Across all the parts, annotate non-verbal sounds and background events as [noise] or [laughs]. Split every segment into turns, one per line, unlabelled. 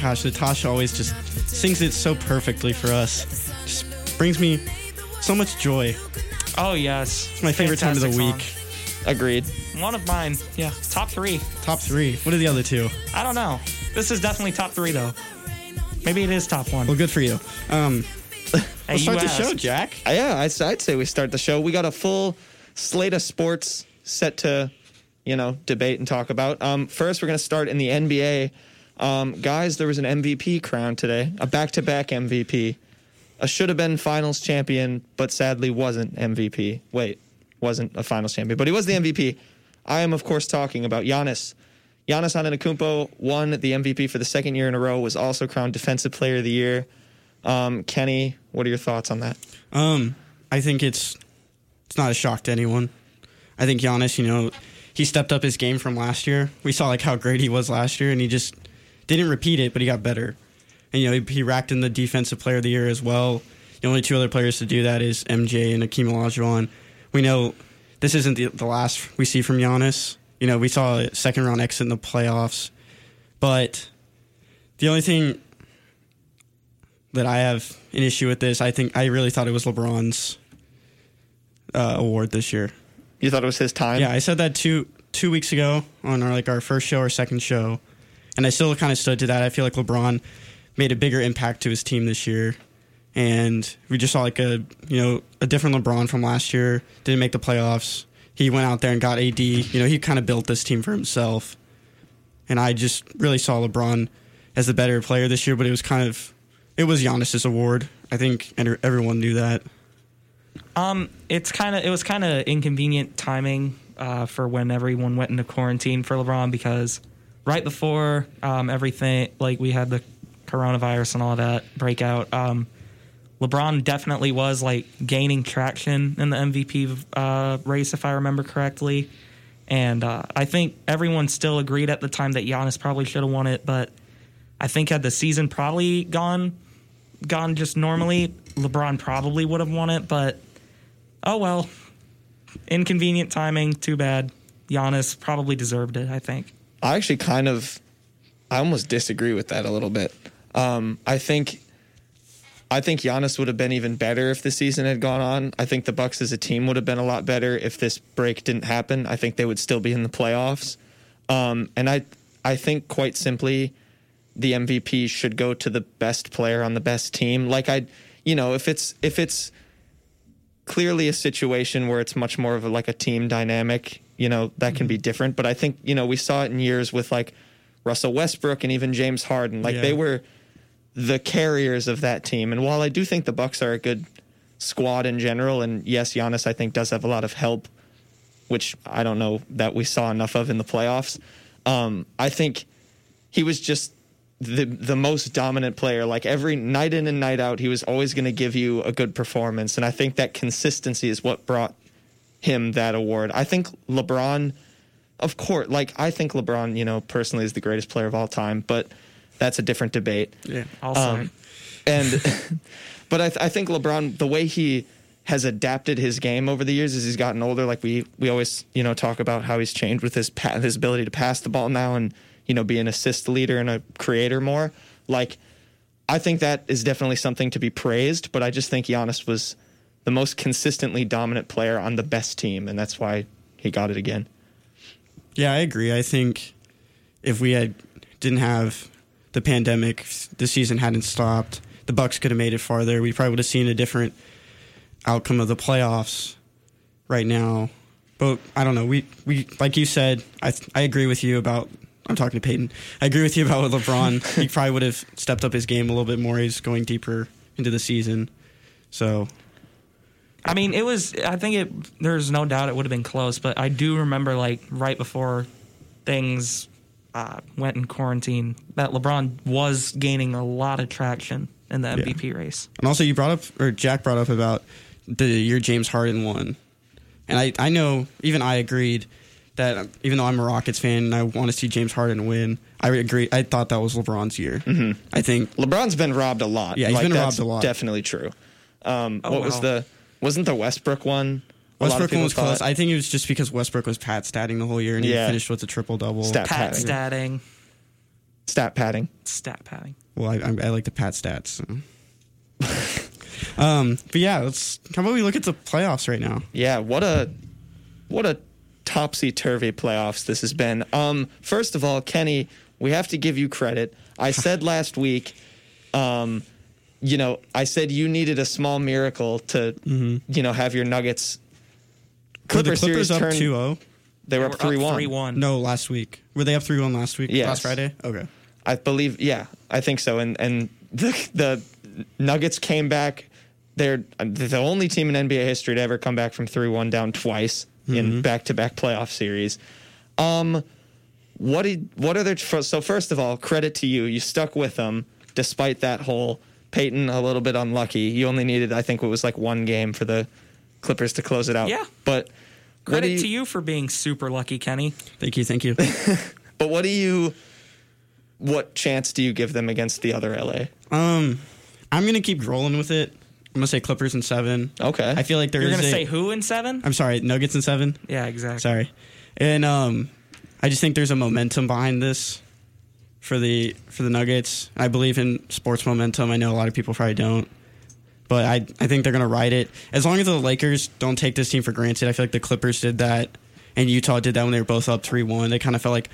gosh, Natasha always just sings it so perfectly for us. Just brings me so much joy.
Oh yes, it's
my favorite time of the week.
Agreed.
One of mine. Yeah, top three.
Top three. What are the other two?
I don't know. This is definitely top three though. Maybe it is top one.
Well, good for you. Um,
Hey,
let's
you
start the show,
asked.
Jack.
Uh, Yeah, I, would say we start the show. We got a full slate of sports set to, you know, debate and talk about. Um, first, we're going to start in the NBA. Um, guys, there was an MVP crown today, a back-to-back MVP. A should have been finals champion, but sadly wasn't MVP. Wait, wasn't a finals champion, but he was the MVP. I am, of course, talking about Giannis. Giannis Antetokounmpo won the MVP for the second year in a row. Was also crowned Defensive Player of the Year. Um, Kenny, what are your thoughts on that?
Um, I think it's it's not a shock to anyone. I think Giannis, you know, he stepped up his game from last year. We saw like how great he was last year, and he just didn't repeat it, but he got better. And you know, he, he racked in the Defensive Player of the Year as well. The only two other players to do that is MJ and Akeem Olajuwon. We know this isn't the, the last we see from Giannis. You know, we saw a second round exit in the playoffs, but the only thing that I have an issue with this. I think I really thought it was LeBron's uh, award this year.
You thought it was his time?
Yeah, I said that two two weeks ago on our like our first show or second show, and I still kind of stood to that. I feel like LeBron made a bigger impact to his team this year, and we just saw like a you know a different LeBron from last year. Didn't make the playoffs. He went out there and got AD. You know, he kind of built this team for himself, and I just really saw LeBron as the better player this year. But it was kind of it was Giannis's award. I think and everyone knew that.
Um, it's kind of it was kind of inconvenient timing uh, for when everyone went into quarantine for LeBron because right before um, everything, like we had the coronavirus and all that breakout. Um, LeBron definitely was like gaining traction in the MVP uh, race, if I remember correctly. And uh, I think everyone still agreed at the time that Giannis probably should have won it, but I think had the season probably gone gone just normally, LeBron probably would have won it. But oh well, inconvenient timing. Too bad. Giannis probably deserved it. I think.
I actually kind of, I almost disagree with that a little bit. Um, I think, I think Giannis would have been even better if the season had gone on. I think the Bucks as a team would have been a lot better if this break didn't happen. I think they would still be in the playoffs. Um, and I, I think quite simply, the MVP should go to the best player on the best team. Like I, you know, if it's if it's clearly a situation where it's much more of a, like a team dynamic. You know that can be different, but I think you know we saw it in years with like Russell Westbrook and even James Harden. Like
Yeah.
they were the carriers of that team. And while I do think the Bucks are a good squad in general, and yes, Giannis I think does have a lot of help, which I don't know that we saw enough of in the playoffs. Um, I think he was just the the most dominant player. Like every night in and night out, he was always going to give you a good performance, and I think that consistency is what brought him that award. I think LeBron, of course, like I think LeBron, you know, personally is the greatest player of all time, but that's a different debate.
Yeah.
Also,
Um, and [laughs] but I, th- I think LeBron, the way he has adapted his game over the years as he's gotten older, like we we always you know talk about how he's changed with his pa- his ability to pass the ball now and you know be an assist leader and a creator more. Like I think that is definitely something to be praised, but I just think Giannis was the most consistently dominant player on the best team, and that's why he got it again.
Yeah, I agree. I think if we had didn't have the pandemic, if the season hadn't stopped, the Bucks could have made it farther. We probably would have seen a different outcome of the playoffs right now. But I don't know. We we like you said. I th- I agree with you about. I'm talking to Peyton. I agree with you about [laughs] with LeBron. he probably would have stepped up his game a little bit more. He's going deeper into the season. So
I mean, it was. I think it. There's no doubt it would have been close, but I do remember like right before things uh, went in quarantine that LeBron was gaining a lot of traction in the MVP race.
And also, you brought up, or Jack brought up about the year James Harden won. And I, I know, even I agreed that um, even though I'm a Rockets fan and I want to see James Harden win, I agree. I thought that was LeBron's year. Mm-hmm. I think
LeBron's been robbed a lot.
Yeah, he's
Like,
been robbed
that's
a lot.
Definitely true. Um,
Oh,
what was
wow.
the? Wasn't the Westbrook one? a lot
Westbrook
of
one
people
was close.
thought-
I think it was just because Westbrook was pat statting the whole year and he
Yeah.
finished with a triple double.
Stat-
Pat
Patting.
statting.
Stat padding.
Stat padding.
Well, I, I, I like the Pat stats. So. um, but yeah, let's. How about we look at the playoffs right now?
Yeah, what a what a topsy turvy playoffs this has been. Um, first of all, Kenny, we have to give you credit.
[laughs]
I said last week, um, you know, I said you needed a small miracle to, you know, have your Nuggets.
Were Mm-hmm. the
Clipper series
Clippers up
turn.
2-0?
They were up three one.
Three one.
No, last week. Were they up 3-1 last week?
Yes.
Last Friday? Okay.
I believe, yeah, I think so. And and the the Nuggets came back. They're the only team in NBA history to ever come back from three one down twice
Mm-hmm.
in back to back playoff series. Um, what did what are their so first of all credit to you? You stuck with them despite that whole Peyton a little bit unlucky. You only needed I think what was like one game for the Clippers to close it out.
Yeah.
but what
Credit
do
to you for being super lucky, Kenny.
Thank you.
[laughs]
Thank you.
But what do you? What chance do you give them against the other LA?
um, I'm gonna keep rolling with it. I'm gonna say Clippers in seven.
Okay.
I feel like there
You're
is
gonna
a-
say who in seven?
I'm sorry, Nuggets in seven.
Yeah, exactly.
Sorry, and um, I just think there's a momentum behind this for the for the Nuggets. I believe in sports momentum. I know a lot of people probably don't, but I I think they're gonna ride it as long as the Lakers don't take this team for granted. I feel like the Clippers did that, and Utah did that when they were both up three one. They kind of felt like.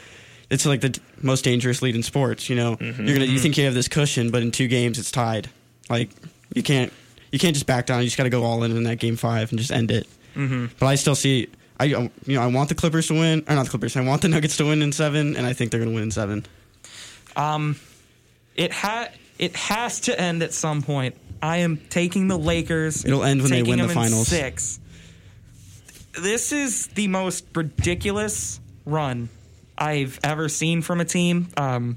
It's like the d- most dangerous lead in sports. You know, you're gonna you think you have this cushion, but in two games it's tied. Like you can't you can't just back down. You just got to go all in in that game five and just end it. But I still see. I you know I want the Clippers to win, or not the Clippers. I want the Nuggets to win in seven, and I think they're going to win in seven.
It ha it has to end at some point. I am taking the Lakers.
It'll end when they
taking
win the
them in
finals.
Six. This is the most ridiculous run I've ever seen from a team. Um,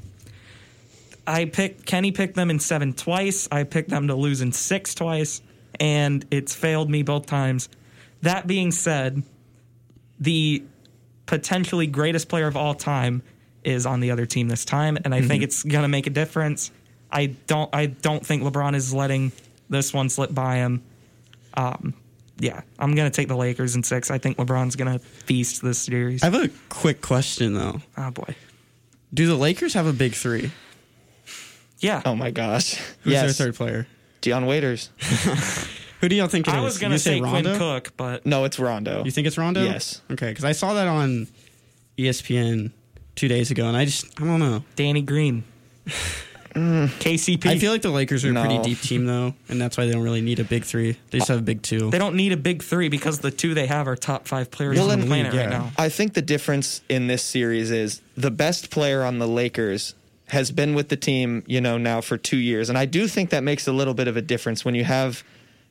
I picked Kenny picked them in seven twice. I picked them to lose in six twice, and it's failed me both times. That being said, the potentially greatest player of all time is on the other team this time, and I
Mm-hmm.
think it's gonna make a difference. I don't I don't think LeBron is letting this one slip by him. Um, yeah, I'm gonna take the Lakers in six. I think LeBron's gonna feast this series.
I have a quick question though.
oh boy,
Do the Lakers have a big three?
yeah.
Oh my gosh.
Who's
yes.
their third player?
Dion Waiters.
Who do y'all think it
I
is?
was
You
gonna say Quinn
Rondo?
Cook, but
No, it's Rondo.
You think it's Rondo?
Yes.
Okay, because I saw that on E ESPN two days ago, and I just I don't know.
Danny Green, KCP.
Mm. I feel like the Lakers are a pretty
No.
deep team though, and that's why they don't really need a big three. They just have a big two.
they don't need a big three because the two they have are top five players
Well,
on the
and-
planet
yeah.
right now.
I think the difference in this series is the best player on the Lakers has been with the team, you know, now for two years. And I do think that makes a little bit of a difference when you have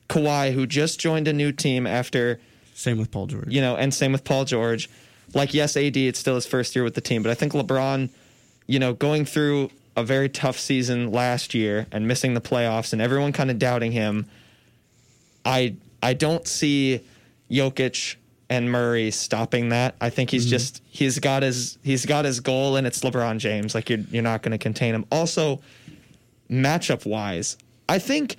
Kawhi, who just joined a new team after,
Same with Paul George.
you know, and same with Paul George. Like, yes, AD, it's still his first year with the team, but I think LeBron, you know, going through a very tough season last year and missing the playoffs and everyone kind of doubting him. I I don't see Jokic and Murray stopping that. I think he's just he's got his he's got his goal and it's LeBron James. Like you're you're not going to contain him. Also, matchup wise, I think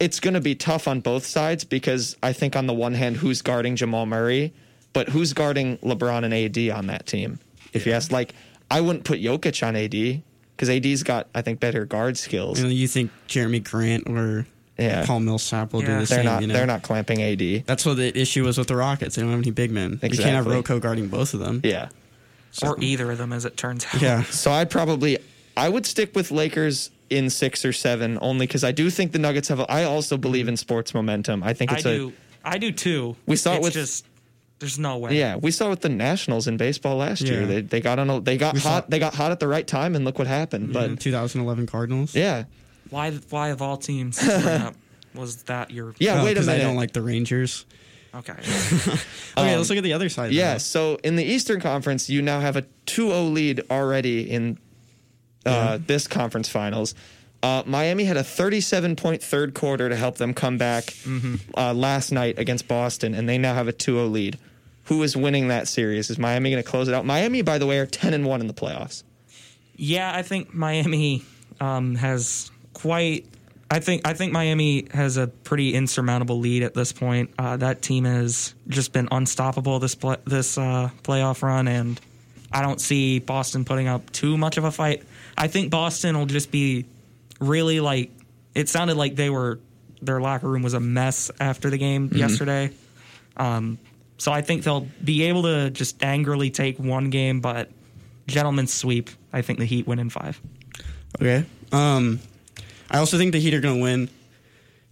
it's going to be tough on both sides because I think on the one hand, who's guarding Jamal Murray, but who's guarding LeBron and AD on that team? If you ask, like, I wouldn't put Jokic on AD because AD's got I think better guard skills.
You, know, you think Jeremy Grant or
Yeah.
Paul Millsap will do
Yeah.
the
They're
same?
not
you know?
they're not clamping AD.
That's what the issue was with the Rockets. They don't have any big men. You can't have
Exactly.
Roko guarding both of them.
Yeah.
or either of them, as it turns out.
Yeah.
So I'd probably I would stick with Lakers in six or seven only because I do think the Nuggets have. A, I also
Mm-hmm.
believe in sports momentum. I think
I
it's a
do. I do too.
We saw it
it's
with-
just there's no way.
yeah. We saw with the Nationals in baseball last year.
Yeah.
They they got on a, they got
We saw- Mm-hmm.
hot they got hot at the right time and look what happened.
The
But
2011 Cardinals.
yeah,
Why? Why of all teams
[laughs]
lineup was that your?
yeah.
Oh,
wait a
'cause
minute.
I don't like the Rangers.
Okay.
Okay,
Um,
let's look at the other side. now.
Yeah, so in the Eastern Conference, you now have a 2-0 lead already in uh, this conference finals. Uh, Miami had a 37-point third quarter to help them come back
Mm-hmm.
uh, last night against Boston, and they now have a 2-0 lead. Who is winning that series? Is Miami going to close it out? Miami, by the way, are 10 and one in the playoffs.
Yeah, I think Miami um, has quite. I think I think Miami has a pretty insurmountable lead at this point. Uh, that team has just been unstoppable this play, this uh, playoff run, and I don't see Boston putting up too much of a fight. I think Boston will just be really like it sounded like they were their locker room was a mess after the game yesterday. Um, so I think they'll be able to just angrily take one game, but gentlemen sweep. I think the Heat win in five.
Okay. Um, I also think the Heat are going to win,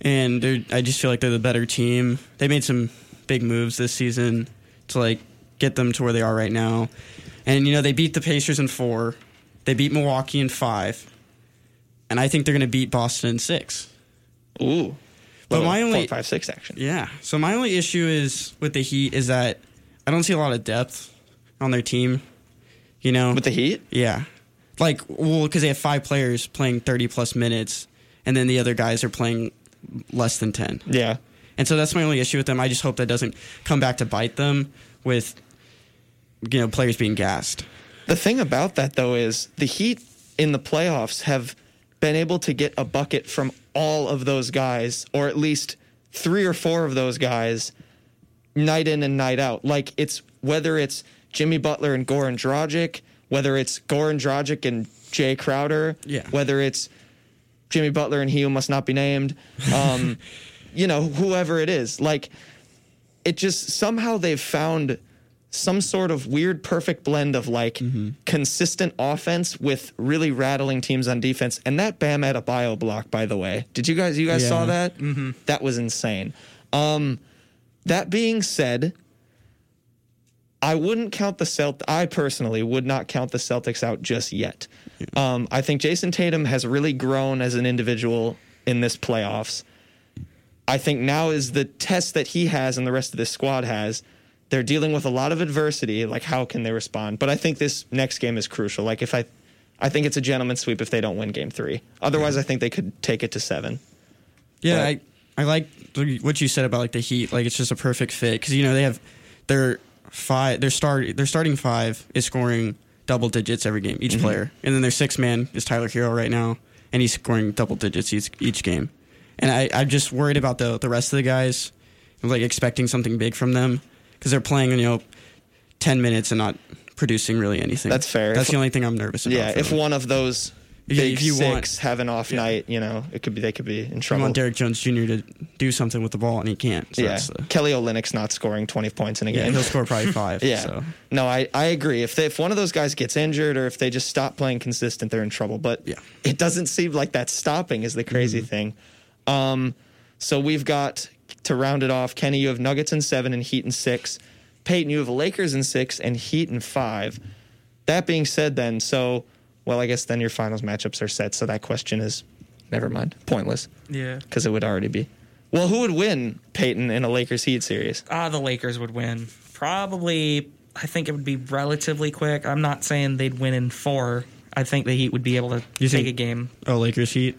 and they're, I just feel like they're the better team. They made some big moves this season to like get them to where they are right now, and you know they beat the Pacers in four, they beat Milwaukee in five, and I think they're going to beat Boston in six.
Ooh.
But
Little
my only-
four, five, six action.
Yeah. So my only issue is with the Heat is that I don't see a lot of depth on their team. You know,
With the Heat?
Yeah. Like, well, because they have five players playing 30 plus minutes, and then the other guys are playing less than 10.
Yeah.
And so that's my only issue with them. I just hope that doesn't come back to bite them with, you know, players being gassed.
The thing about that though is the Heat in the playoffs have been able to get a bucket from all of those guys, or at least three or four of those guys, night in and night out. Like it's whether it's Jimmy Butler and Goran Dragic, whether it's Goran Dragic and Jay Crowder,
Yeah.
whether it's Jimmy Butler and he who must not be named, um, you know, whoever it is. Like it just somehow they've found some sort of weird perfect blend of like consistent offense with really rattling teams on defense. And that Bam at a bio block, by the way. Did you guys you guys saw
Yeah.
that? Mm-hmm. That was insane. Um, that being said, I wouldn't count the Celt. I personally would not count the Celtics out just yet. Um, I think Jason Tatum has really grown as an individual in this playoffs. I think now is the test that he has and the rest of this squad has. They're dealing with a lot of adversity. Like, how can they respond? But I think this next game is crucial. Like, if I, I think it's a gentleman's sweep if they don't win game three. Otherwise, I think they could take it to seven.
Yeah,
Right.
I, I like the- what you said about like the Heat. Like it's just a perfect fit because you know they have their five, their start, their starting five is scoring double digits every game
Mm-hmm.
each player, and then their six man is Tyler Hero right now, and he's scoring double digits each, each game. And I, I'm just worried about the the rest of the guys, I'm, like expecting something big from them because they're playing you know ten minutes and not producing really anything.
That's fair.
That's
If-
the only thing I'm nervous about.
Yeah,
for
if
them.
one of those
Yeah,
big
if you
six
want-
have an off night, you know, it could be they could be in
I
trouble.
want Derek Jones Jr. to do something with the ball and he can't. So
yeah,
that's the,
Kelly Olynyk's not scoring twenty points in a
Yeah,
game.
he'll score
[laughs]
probably five.
Yeah.
So.
No, I, I agree. If they, if one of those guys gets injured or if they just stop playing consistent, they're in trouble. But
Yeah. Mm-hmm.
it doesn't seem like that stopping is the crazy thing. Um, so we've got to round it off. Kenny, you have Nuggets in seven and Heat in six. Peyton, you have Lakers in six and Heat in five. That being said, then so well, I guess then your finals matchups are set. So that question is never mind, pointless
Yeah.
because it would already be. Well, who would win Peyton in a Lakers Heat series?
Ah, the Lakers would win. Probably, I think it would be relatively quick. I'm not saying they'd win in four. I think the Heat would be able to
You
take
think-
a game.
Oh, Lakers Heat.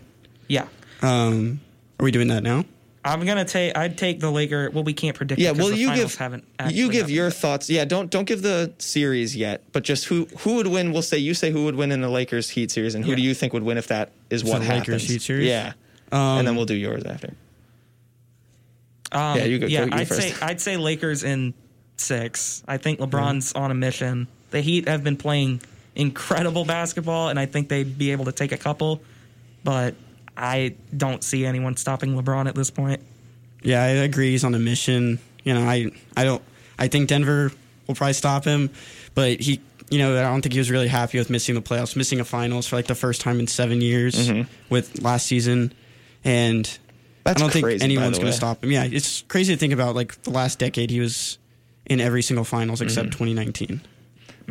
Yeah.
Um, are we doing that now?
I'm gonna take. I'd take the Laker. Well, we can't predict.
Yeah,
because
well,
the
you
finals
give
haven't.
you
actually
give
happened
your
yet.
thoughts. Yeah, don't don't give the series yet, but just who who would win. We'll say you say who would win in the Lakers Heat series, and who
Yeah.
do you think would win if that is
So
what
the Lakers
happens?
Heat series?
yeah, and then we'll do yours after.
Um,
Yeah, you go-
Yeah,
go- you
I'd say
first.
I'd say Lakers in six. I think LeBron's on a mission. The Heat have been playing incredible basketball, and I think they'd be able to take a couple. But I don't see anyone stopping LeBron at this point.
Yeah, I agree. He's on a mission. You know, I I don't. I think Denver will probably stop him, but he. You know, I don't think he was really happy with missing the playoffs, missing a finals for like the first time in seven years with last season, and
Mm-hmm. That's
I don't
crazy,
think
by
anyone's
the
going
way.
to stop him. Yeah, it's crazy to think about. Like the last decade, he was in every single finals
Mm-hmm.
except 2019.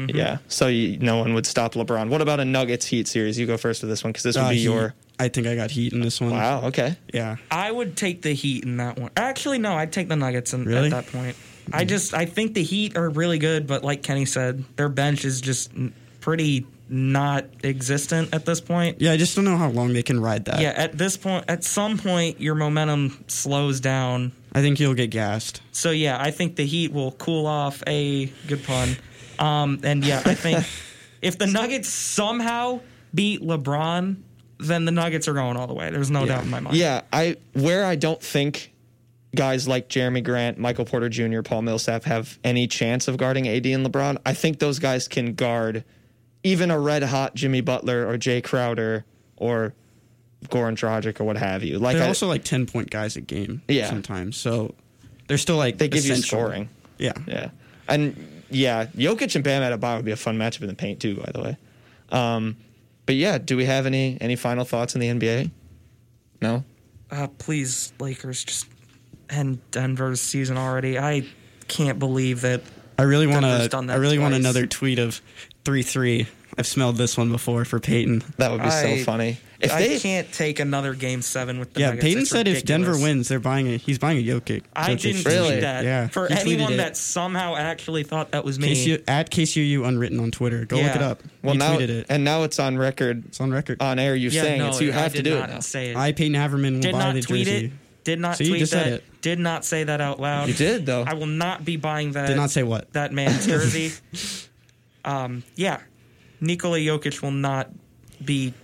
Yeah, so you, no one would stop LeBron. What about a Nuggets Heat series? You go first with this one because this would
Uh,
be
Heat.
your.
I think I got heat in this one.
Wow. Okay.
Yeah.
I would take the Heat in that one. Actually, no, I'd take the Nuggets in,
Really?
at that point.
Hmm.
I just I think the Heat are really good, but like Kenny said, their bench is just n- pretty not existent at this point.
Yeah, I just don't know how long they can ride that.
Yeah, at this point, at some point, your momentum slows down.
I think he'll get gassed.
So yeah, I think the Heat will cool off. A good pun. Um, and yeah, I
[laughs]
think if the Nuggets somehow beat LeBron, then the Nuggets are going all the way. There's no doubt in my mind.
Yeah, I where I don't think guys like Jeremy Grant, Michael Porter Jr., Paul Millsap have any chance of guarding AD and LeBron. I think those guys can guard even a red hot Jimmy Butler or Jay Crowder or Goran Dragic or what have you. Like
they're
I-
also like ten point guys a game.
Yeah.
sometimes. So they're still like
they give you
essential.
scoring.
Yeah.
Yeah, and yeah, Jokic and Bam Adebayo would be a fun matchup in the paint too. By the way, um, but yeah, do we have any any final thoughts in the NBA? No.
Uh, please, Lakers, just end Denver's season already. I can't believe that.
I really want
Denver's
to.
done
I
that
really want
twice.
another tweet of three three. I've smelled this one before for Peyton.
That would be
I-
so funny. If
I
they
can't take another game seven with the
Yeah,
Nuggets.
Peyton
It's
said if Denver
ridiculous.
wins, they're buying a. He's buying a Jokic.
I
Jokic
didn't
jersey.
Really?
tweet that.
Yeah.
For
He tweeted
anyone
it.
that somehow actually thought that was me,
KCU, at KCU unwritten on Twitter. Go look
Yeah.
it up.
well
he
now
tweeted it.
and Uh, now it's on record
It's on record.
on air. You
yeah,
saying
no,
it, so you
I
have to
did
do
not
it now.
Say it.
I Peyton Haverman will
did
buy
not
the
tweet
jersey.
it. Did not
See, you
tweet
just
that.
said it.
Did not say that out loud.
You did though.
I will not be buying that.
Did not say what.
that
[laughs]
man's jersey. um, yeah, Nikola Jokic will not be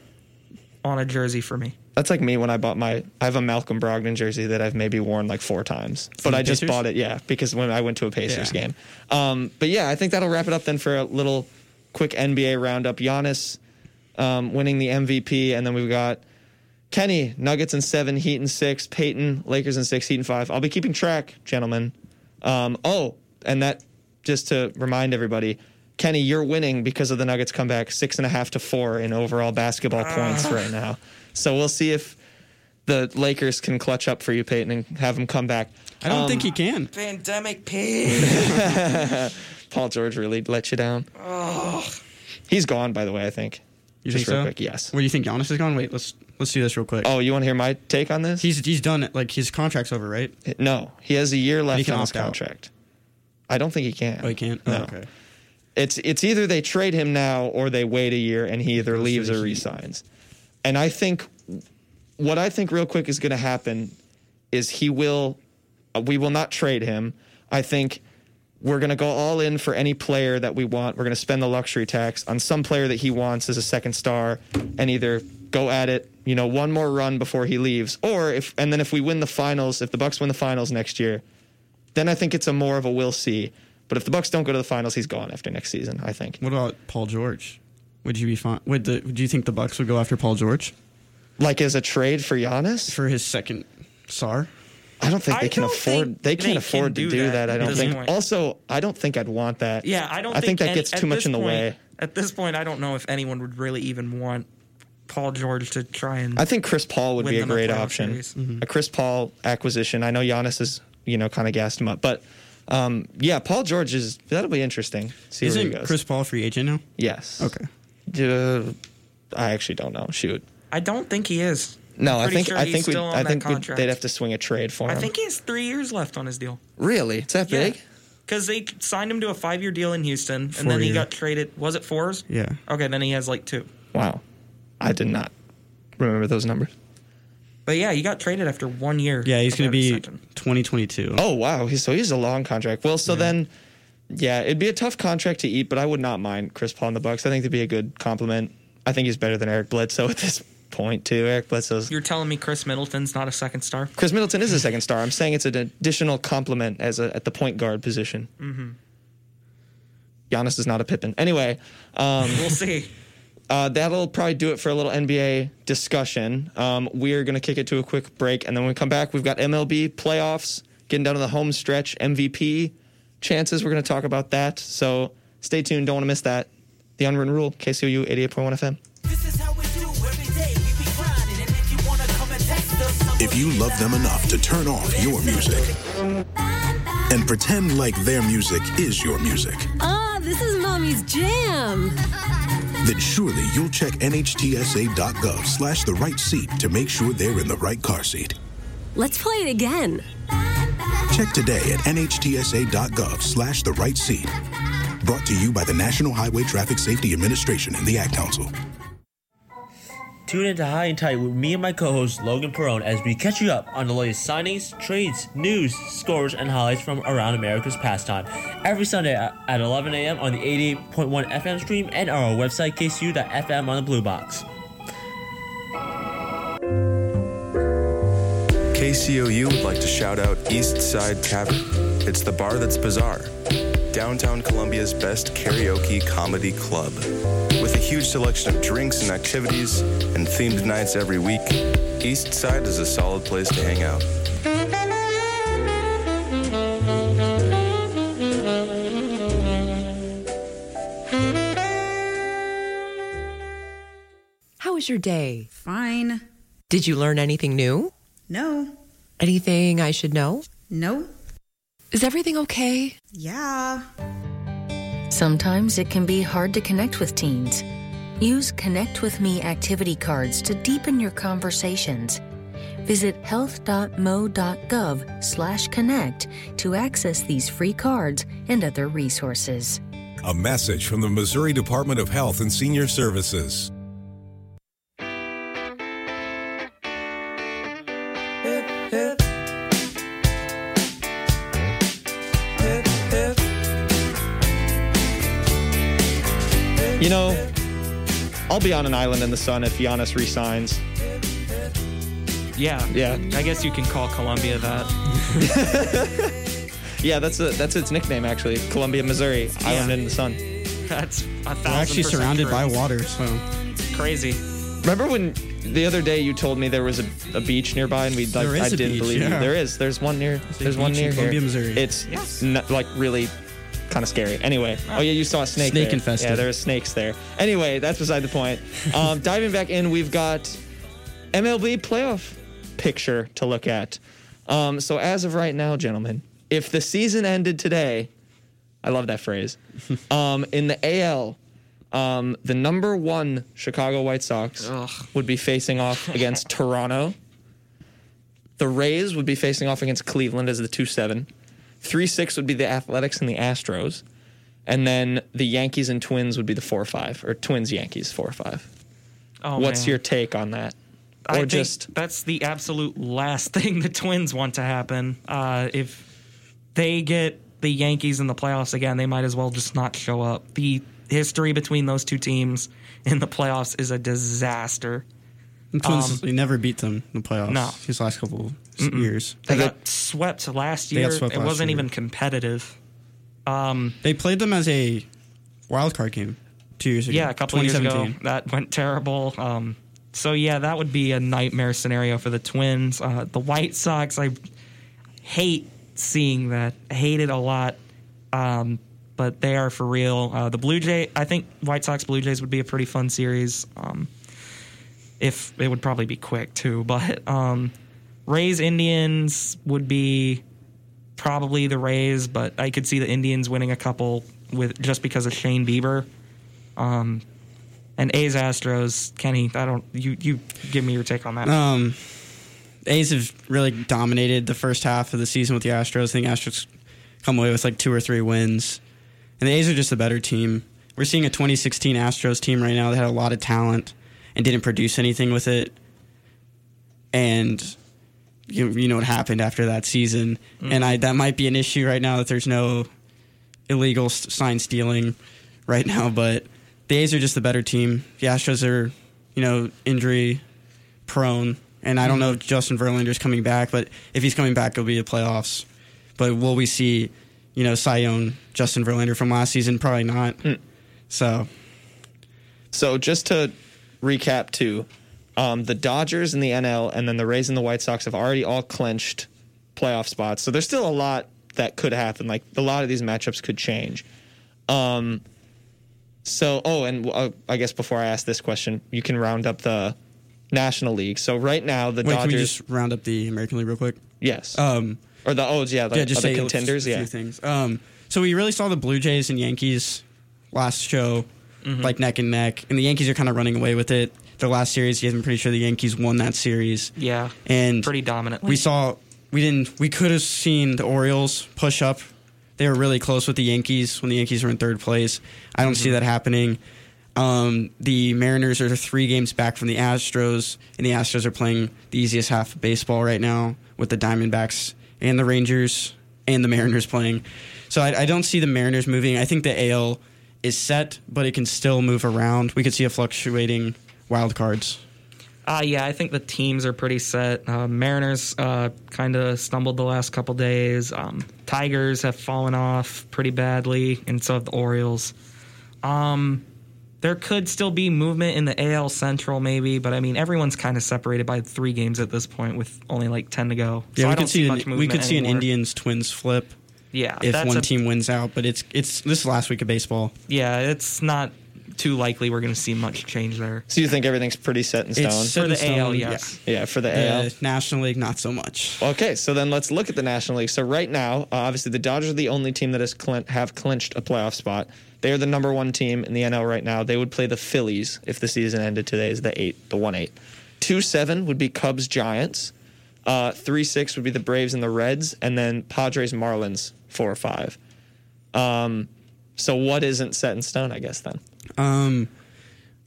on a jersey for me.
That's like me when I bought my. I have a Malcolm Brogdon jersey that I've maybe worn like four times, but I just
Pacers?
bought it, yeah, because when I went to a Pacers
Yeah.
game. Um, but yeah, I think that'll wrap it up then for a little quick NBA roundup. Giannis um, winning the MVP, and then we've got Kenny Nuggets in seven, Heat in six, Peyton Lakers in six, Heat in five. I'll be keeping track, gentlemen. Um, oh, and that just to remind everybody. Kenny, you're winning because of the Nuggets comeback, six and a half to four in overall basketball
Ah.
points right now. So we'll see if the Lakers can clutch up for you, Peyton, and have him come back.
I don't
Um,
think he can.
Pandemic pig.
Paul George really let you down. He's gone, by the way. I think.
You
Just
think
real
so?
quick, yes.
Where do you think Giannis is going? Wait, let's let's do this real quick.
Oh, you want to hear my take on this?
He's he's done it. Like his contract's over, right?
no, he has a year left
can
on his
opt out.
contract. I don't think he can.
Oh, he can't.
No.
Oh, okay.
It's it's either they trade him now or they wait a year and he either
to
leaves
the
or
Heat.
resigns. And I think what I think real quick is going to happen is he will uh, we will not trade him. I think we're going to go all in for any player that we want. We're going to spend the luxury tax on some player that he wants as a second star and either go at it, you know, one more run before he leaves or if and then if we win the finals, if the Bucks win the finals next year, then I think it's a more of a we'll see. But if the Bucks don't go to the finals, he's gone after next season. I think.
What about Paul George? Would you be fine? Would the would you think the Bucks would go after Paul George
Like as a trade for Giannis,
for his second SAR?
I don't think
I
they can
don't
afford.
think
They
they
can't
can
afford
do
to do that.
that
I
at
don't
this
think.
point.
Also, I don't think I'd want that.
Yeah, I don't.
I think, that
any-
gets
at
too much
this
in the
point-
way.
At this point, I don't know if anyone would really even want Paul George to try and.
I think Chris Paul would
Win
be a
them a
great
playoff
option.
series. Mhm.
A Chris Paul acquisition. I know Giannis is, you know, kind of gassed him up, but um, yeah, Paul George is. That'll be interesting. See where he
Isn't
goes.
Chris Paul a free agent now?
Yes.
Okay.
Uh, I actually don't know. Shoot.
I don't think he is.
No, I
Pretty
think
sure
I
he's
think we
still on
I
that
think we'd-
contract.
they'd have to swing a trade for
I
him.
think he has three years left on his deal.
Really? It's that big?
Because they signed him to a five-year deal in Houston, and
Four
then he
year.
got traded. Was it fours?
Yeah.
Okay, then he has like two.
Wow. I did not remember those numbers.
But yeah, he got traded after one year.
Yeah, he's
of
going to
that
be
extension.
2022.
Oh, wow. He's, so he's a long contract. Well, so then, yeah, it'd be a tough contract to eat, but I would not mind Chris Paul in the Bucks. I think that'd be a good compliment. I think he's better than Eric Bledsoe at this point, too. Eric Bledsoe's.
You're telling me Chris Middleton's not a
[laughs]
second star?
Chris Middleton is a second star. I'm saying it's an additional compliment as a, at the point guard position. Mm-hmm. Giannis is not a Pippin. Anyway, um,
We'll see.
uh, that'll probably do it for a little NBA discussion. Um, we're going to kick it to a quick break. And then when we come back, we've got MLB playoffs, getting down to the home stretch, MVP chances. We're going to talk about that. So stay tuned. Don't want to miss that. The Unwritten Rule, KCOU 88.1 FM.
This is how we do every day. We be grinding, and if you wanna come and text us, I'm
If you love them enough to turn off your music and pretend like their music is your music,
Ah, this is mommy's jam.
then surely you'll check nhtsa.gov slash the right seat to make sure they're in the right car seat.
Let's play it again.
Check today at nhtsa.gov slash the right seat. Brought to you by the National Highway Traffic Safety Administration and the Ad Council.
Tune in to High and Tight with me and my co-host Logan Perone as we catch you up on the latest signings, trades, news, scores, and highlights from around America's pastime. Every Sunday at at 11 a.m. on the 88.1 FM stream and on our website ksu.fm on the blue box.
KCOU would like to shout out East Side Tavern. It's the bar that's bizarre. downtown Columbia's best karaoke comedy club. With a huge selection of drinks and activities and themed nights every week, East Side is a solid place to hang out.
How was your day?
Fine.
Did you learn anything new?
No.
Anything I should know?
No.
Is everything okay?
Yeah.
Sometimes it can be hard to connect with teens. Use Connect With Me activity cards to deepen your conversations. Visit health.mo.gov slash connect to access these free cards and other resources.
A message from the Missouri Department of Health and Senior Services.
You know, I'll be on an island in the sun if Giannis resigns.
Yeah.
Yeah.
I guess you can call Columbia that. [laughs]
Yeah, that's a, that's its nickname actually. Columbia, Missouri, island in the sun.
That's a thousand
We're actually
percent
surrounded by
true.
water, so
Crazy.
Remember when the other day you told me there was a, a beach nearby and we like
There is
I
a
didn't
beach,
believe you.
yeah.
There is. There's one near.
a
there's one
beach in
near here.
Columbia, Missouri.
It's
Yes.
n- like really kind of scary. Anyway, oh yeah, you saw a snake.
Ah. Snake
there.
infested.
Yeah, there are snakes there. Anyway, that's beside the point.
[laughs]
Um, diving back in, we've got MLB playoff picture to look at. Um, so as of right now, gentlemen, if the season ended today, I love that phrase.
[laughs]
um, in the AL, um, the number one Chicago White Sox
Ugh.
would be facing
[laughs]
off against Toronto. The Rays would be facing off against Cleveland as the 2 7. 3 6 would be the Athletics and the Astros. And then the Yankees and Twins would be the 4 5, or Twins Yankees 4 5.
Oh,
What's
man.
your take on that?
I
Or
think
just,
that's the absolute last [laughs] thing the Twins want to happen. Uh, if they get the Yankees in the playoffs again, they might as well just not show up. The history between those two teams in the playoffs is a disaster.
the Twins they never beat them in the playoffs.
Um, No.
these last couple years
They
Have
got swept last
They
year.
got swept
it
last
wasn't
year.
even competitive. Um,
they played them as a wild card game two years ago.
yeah, a couple of years ago
2017.
that went terrible. Um, so yeah, that would be a nightmare scenario for the Twins. Uh, the White Sox, I hate seeing that. I hate it a lot. Um, but they are for real. Uh, the Blue Jay, I think White Sox Blue Jays would be a pretty fun series. Um, if it would probably be quick too, [laughs] but um, Rays Indians would be probably the Rays, but I could see the Indians winning a couple with just because of Shane Bieber. Um, and A's Astros, Kenny. I don't you you give me your take on that.
Um, A's have really dominated the first half of the season with the Astros. I think Astros come away with like two or three wins, and the A's are just a better team. We're seeing a 2016 Astros team right now that had a lot of talent and didn't produce anything with it, and you, you know what happened after that season. And I that might be an issue right now that there's no illegal s- sign stealing right now, but the A's are just the better team. The Astros are, you know, injury prone. And I don't know if
Mm-hmm.
Justin Verlander's coming back, but if he's coming back, it'll be the playoffs. But will we see, you know, Cy Young, Justin Verlander from last season? Probably not.
Mm.
So
so just to recap, too, um, the Dodgers in the NL and then the Rays and the White Sox have already all clinched playoff spots. So there's still a lot that could happen. Like a lot of these matchups could change. Um, so, oh, and uh, I guess before I ask this question, you can round up the National League. So right now, the
wait, can we
Dodgers,
just round up the American League real quick?
yes,
Um,
or the oh yeah, the,
yeah, just
other
say a
contenders,
few
yeah.
things. Um, so we really saw the Blue Jays and Yankees last show,
Mm-hmm.
like neck and neck, and the Yankees are kind of running away with it. Their last series, I'm pretty sure the Yankees won that series.
yeah,
and
pretty dominantly.
we saw we didn't we could have seen the Orioles push up. They were really close with the Yankees when the Yankees were in third place. I don't
Mm-hmm.
see that happening. Um, the Mariners are three games back from the Astros, and the Astros are playing the easiest half of baseball right now with the Diamondbacks and the Rangers and the Mariners playing. So I, I don't see the Mariners moving. I think the AL is set, but it can still move around. We could see a fluctuating wild cards.
Uh, yeah, I think the teams are pretty set. Uh, Mariners uh, kind of stumbled the last couple days. Um, Tigers have fallen off pretty badly, and so have the Orioles. Um, there could still be movement in the AL Central, maybe, but I mean, everyone's kind of separated by three games at this point, with only like ten to go.
Yeah, we
so I
could
don't
see,
much
an,
movement.
we could see an
anymore.
Indians Twins flip.
Yeah,
if
that's
one
a-
team wins out, but it's it's this is last week of baseball.
Yeah, it's not too likely we're going to see much change there.
So you think everything's pretty set in stone?
It's set
For
in
the
stone,
AL, yes.
Yeah, for the
The
AL.
Uh, National League, not so much.
Okay, so then let's look at the National League. So right now, uh, obviously, the Dodgers are the only team that has clin- have clinched a playoff spot. They are the number one team in the NL right now. They would play the Phillies if the season ended today as the eight, the one eight. Two seven would be Cubs Giants. Uh, three six would be the Braves and the Reds, and then Padres Marlins four or five. Um, so what isn't set in stone? I guess then.
Um,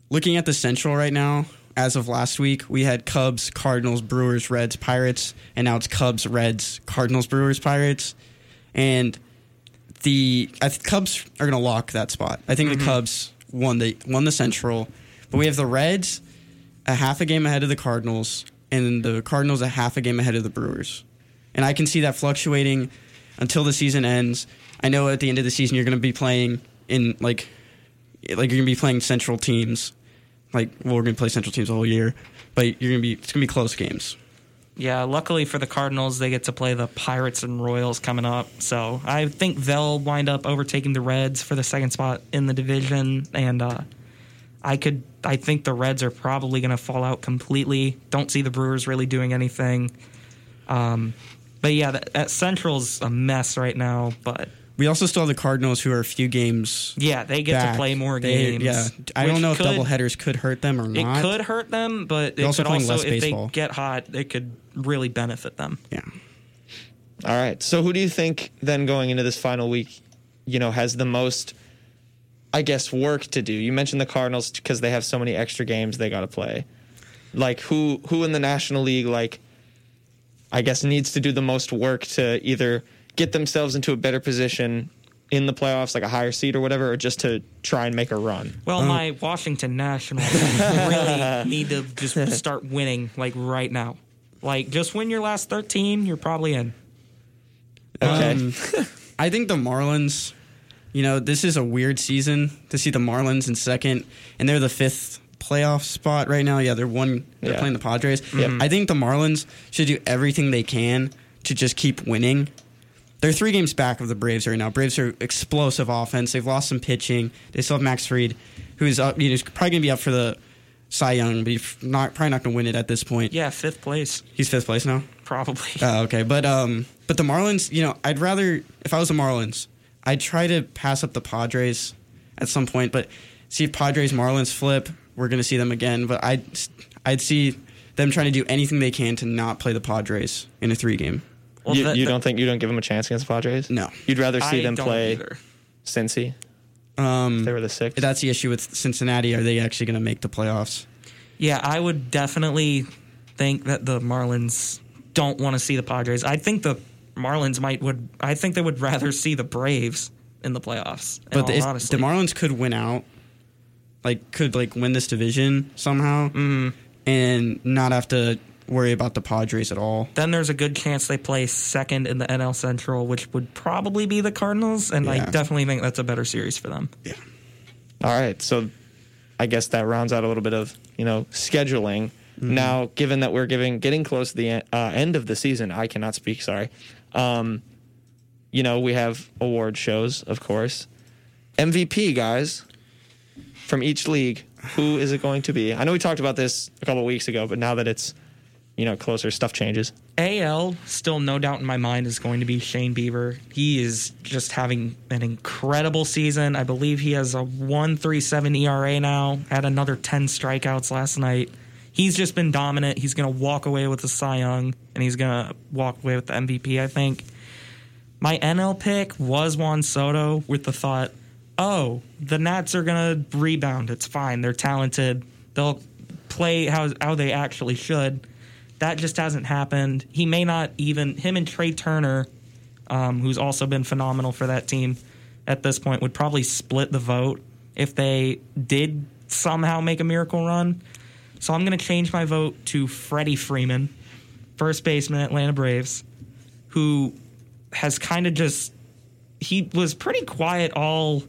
looking at the Central right now, as of last week, we had Cubs, Cardinals, Brewers, Reds, Pirates, and now it's Cubs, Reds, Cardinals, Brewers, Pirates, and the I think Cubs are going to lock that spot. I think the Cubs won the won the Central, but we have the Reds a half a game ahead of the Cardinals, and the Cardinals a half a game ahead of the Brewers, and I can see that fluctuating until the season ends. I know at the end of the season you're going to be playing in like like you're gonna be playing central teams. Like well, we're gonna play central teams the whole year, but you're gonna be it's gonna be close games.
Yeah, luckily for the Cardinals, they get to play the Pirates and Royals coming up. So I think they'll wind up overtaking the Reds for the second spot in the division. And uh, I could, I think the Reds are probably going to fall out completely. Don't see the Brewers really doing anything. Um, but yeah, that, that Central's a mess right now. But
We also still have the Cardinals, who are a few games.
Yeah, they get to
back.
play more
They-
games,
Yeah, I don't
which
know
could-
if doubleheaders could hurt them or
it
not.
could hurt them. But it
They're also
could
playing
also,
less
if
baseball.
they get hot, it could really benefit them.
Yeah.
All right. So who do you think then going into this final week, you know, has the most I guess work to do? You mentioned the Cardinals because they have so many extra games they got to play. Like who who in the National League like I guess needs to do the most work to either get themselves into a better position in the playoffs like a higher seed or whatever or just to try and make a run.
Well,
Oh.
my
[laughs]
Washington Nationals really need to just start winning like right now. Like just win your last 13, you're probably in.
Okay. Um, I think the Marlins. You know, this is a weird season to see the Marlins in second, and they're the fifth playoff spot right now. Yeah, they're one. They're
Yeah.
playing the Padres.
Yep.
I think the Marlins should do everything they can to just keep winning. They're three games back of the Braves right now. Braves are explosive offense. They've lost some pitching. They still have Max Fried, who's up. You know, he's probably going to be up for the Cy Young, but he's not probably not going to win it at this point.
Yeah, fifth place
He's fifth place now.
probably.
Uh,
[laughs]
Oh, okay. But um, but the Marlins, you know, I'd rather if I was the Marlins, I'd try to pass up the Padres at some point. But see if Padres Marlins flip, we're gonna see them again. But I, would I'd see them trying to do anything they can to not play the Padres in a three game.
you you don't think you don't give them a chance against the Padres?
No.
You'd rather see
I
them
don't
play
either.
Cincy.
Um,
they were the sixth.
That's the issue with Cincinnati. Are they actually gonna make the playoffs?
Yeah, I would definitely think that the Marlins don't want to see the Padres. I think the Marlins might would I think they would rather see the Braves in the playoffs. in
But
all
the, if
honesty.
the Marlins could win out, like could like win this division somehow, and not have to worry about the Padres at all.
Then there's a good chance they play second in the NL Central, which would probably be the Cardinals, and I
Yeah.
definitely think that's a better series for them. Yeah.
All right. So I guess that rounds out a little bit of, you know, scheduling.
Mm-hmm.
Now, given that we're giving getting close to the en- uh, end of the season, I cannot speak, sorry. Um, you know, we have award shows, of course. MVP, guys, from each league, who is it going to be? I know we talked about this a couple of weeks ago, but now that it's, you know, closer, stuff changes.
AL, still no doubt in my mind, is going to be Shane Bieber. He is just having an incredible season. I believe he has a 137 ERA E now, had another 10 strikeouts last night. He's just been dominant. He's going to walk away with the Cy Young, and he's going to walk away with the MVP, I think. My NL pick was Juan Soto with the thought, oh, the Nats are going to rebound. It's fine. They're talented. They'll play how, how they actually should. That just hasn't happened. He may not even, him and Trey Turner, um, who's also been phenomenal for that team at this point, would probably split the vote if they did somehow make a miracle run. So I'm going to change my vote to Freddie Freeman, first baseman, Atlanta Braves, who has kind of just he was pretty quiet all.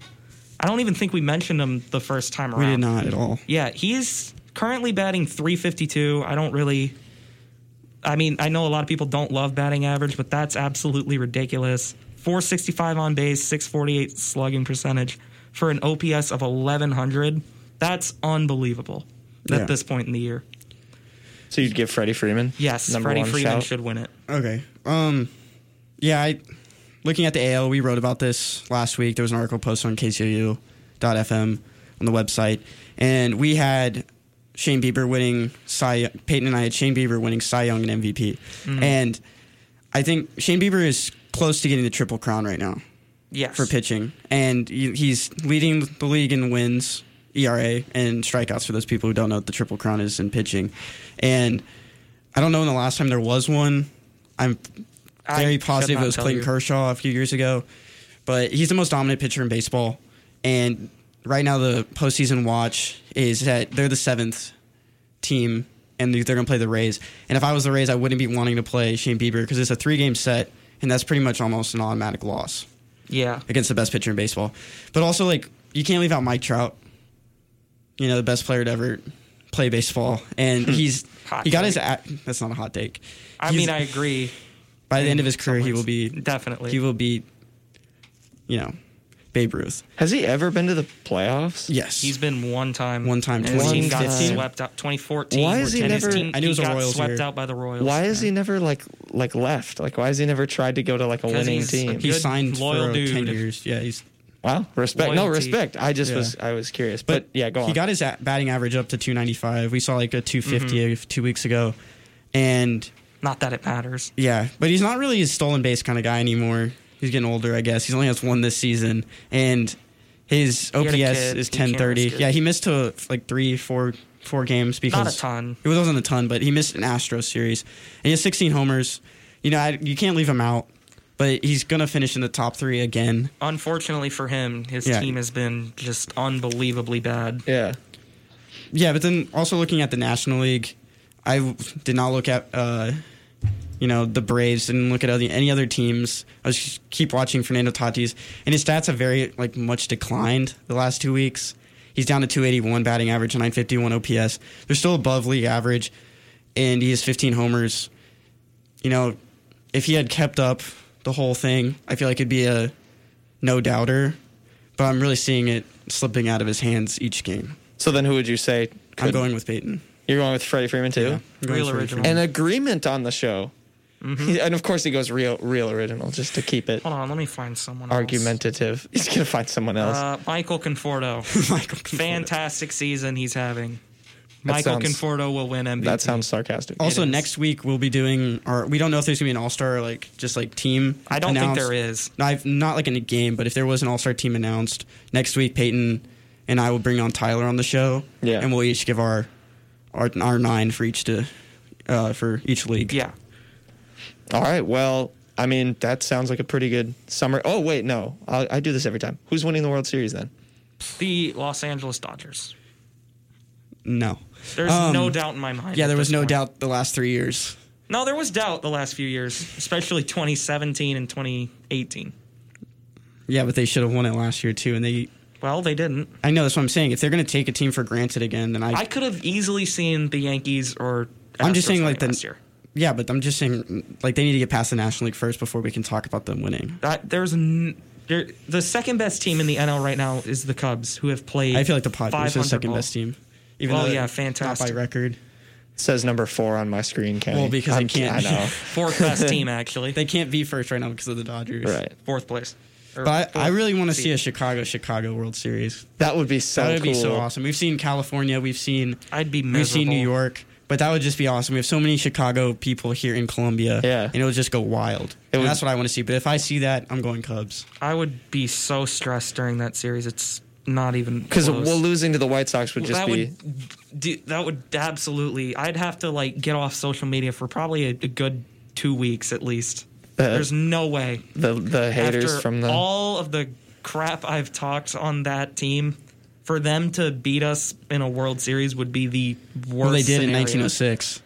I don't even think we mentioned him the first time around.
We did not at all.
Yeah, he's currently batting 352. I don't really. I mean, I know a lot of people don't love batting average, but that's absolutely ridiculous. 465 on base, 648 slugging percentage for an OPS of 1100. That's unbelievable
Yeah.
at this point in the year.
So you'd give Freddie Freeman?
Yes,
number
Freddie
one
Freeman
shout?
should win it.
Okay. Um, yeah, I looking at the AL, we wrote about this last week. There was an article posted on KCOU.fm on the website, and we had Shane Bieber winning Cy. Peyton and I had Shane Bieber winning Cy Young and MVP,
Mhm.
and I think Shane Bieber is close to getting the triple crown right now.
Yes.
For pitching, and he- he's leading the league in wins, ERA, and strikeouts. For those people who don't know what the triple crown is in pitching, and I don't know when the last time there was one. I'm very positive
not
it was
tell
Clayton
you.
Kershaw a few years ago, but he's the most dominant pitcher in baseball. And right now, the postseason watch is that they're the seventh team, and they're going to play the Rays. And if I was the Rays, I wouldn't be wanting to play Shane Bieber because it's a three-game set, and that's pretty much almost an automatic loss
Yeah.
against the best pitcher in baseball. But also, like, you can't leave out Mike Trout. You know, the best player to ever play baseball, and he's
Hmm. Hot
he got
take.
his. Act, that's not a hot take.
I
He's-
mean, I agree.
By the end of his career, he will be
definitely.
He will be, you know, Babe Ruth.
Has he ever been to the playoffs?
Yes,
He's been one time.
One time,
And his team got
2015?
swept out. 2014.
Why is he
and his
never-
Team,
I knew it was
he
a
got
Royals
swept
year.
out by the Royals.
Why has he never like like left? Like why has he never tried to go to like a
'Cause
winning
he's a
team?
He good, signed loyal for dude. 10
years. Yeah, he's
wow. Respect. No
Loyalty.
respect. I just
Yeah.
was I was curious. But, yeah, go on.
He got his a- batting average up to 295. We saw like a 250
Mm-hmm.
a- two weeks ago, and
not that it matters.
Yeah, but he's not really a stolen base kind of guy anymore. He's getting older, I guess. He's only has one this season, and his
He had a
OPS
kid.
is
He can't
1030.
risk it.
Yeah, he missed uh, like three, four, four games because
Not a ton.
It wasn't a ton, but he missed an Astros series. And he has 16 homers. You know, I, you can't leave him out, but he's gonna finish in the top three again.
Unfortunately for him, his
Yeah.
team has been just unbelievably bad.
Yeah.
Yeah, but then also looking at the National League, I w- did not look at uh, you know the Braves, didn't look at other, any other teams. I was just keep watching Fernando Tatis, and his stats have very like much declined the last two weeks. He's down to 281 batting average, 951 OPS. They're still above league average, and he has 15 homers. You know, if he had kept up the whole thing, I feel like it'd be a no doubter. But I'm really seeing it slipping out of his hands each game.
So then who would you say
I'm going with Peyton.
You're going with Freddie Freeman too?
I'm going Real with Freddie original.
An
Freeman.
agreement on the show.
Mm-hmm.
He- and of course he goes real real original just to
[laughs]
keep it
Hold on, let me find someone else.
argumentative. He's gonna find someone else.
Uh, Michael Conforto.
[laughs] Michael
Fantastic season he's having.
That
Michael
sounds-
Conforto will win MVP.
that sounds sarcastic.
Also, next week we'll be doing our. We don't know if there's gonna be an All Star like just like team.
I don't think
announced.
there is.
No, I've not like in a game, but if there was an All Star team announced next week, Peyton and I will bring on Tyler on the show.
Yeah.
and we'll each give our our, our nine for each to uh, for each league.
Yeah.
All right. Well, I mean, that sounds like a pretty good summer. Oh, wait, no. I, I do this every time. Who's winning the World Series then?
The Los Angeles Dodgers.
No.
There's no doubt in my mind
Um, Yeah,
at
there was
this
no
point.
doubt the last three years.
No, there was doubt the last few years, especially 2017 and 2018.
Yeah, but they should have won it last year too, and they.
Well, they didn't.
I know that's what I'm saying. If they're gonna take a team for granted again, then I.
I could have easily seen the Yankees or
I'm just
Astros
saying like
winning
the
last year.
Yeah, but I'm just saying like they need to get past the National League first before we can talk about them winning.
That, there's n- there, the second best team in the NL right now is the Cubs, who have played.
I feel like the Padres are the
500
second
ball.
best team.
Well,
though
yeah,
not
fantastic.
by record.
Says number four on my screen, Kenny.
Well, because
I'm
they
ki-
can't. [laughs]
I know.
Fourth best team, actually.
They can't be first right now because of the Dodgers.
Right.
Fourth place. Or
But I, I
fourth
really want to
seed.
see a Chicago Chicago World Series.
That would be so
That would be so
Oh, cool.
awesome. We've seen California. We've seen.
I'd be.
We've seen New
miserable.
York. But that would just be awesome. We have so many Chicago people here in Columbia.
Yeah.
And it would just go wild. And
would-
that's what I want to see. But if I see that, I'm going Cubs.
I would be so stressed during that series. It's not even
Because
close.
well, losing to the White Sox would just
that
be.
would do, that would absolutely. I'd have to like get off social media for probably a, a good two weeks at least.
Uh,
There's no way
the- the haters
After
from the-
all of the crap I've talked on that team. for them to beat us in a World Series would be the worst.
Well, they did in
scenario.
1906.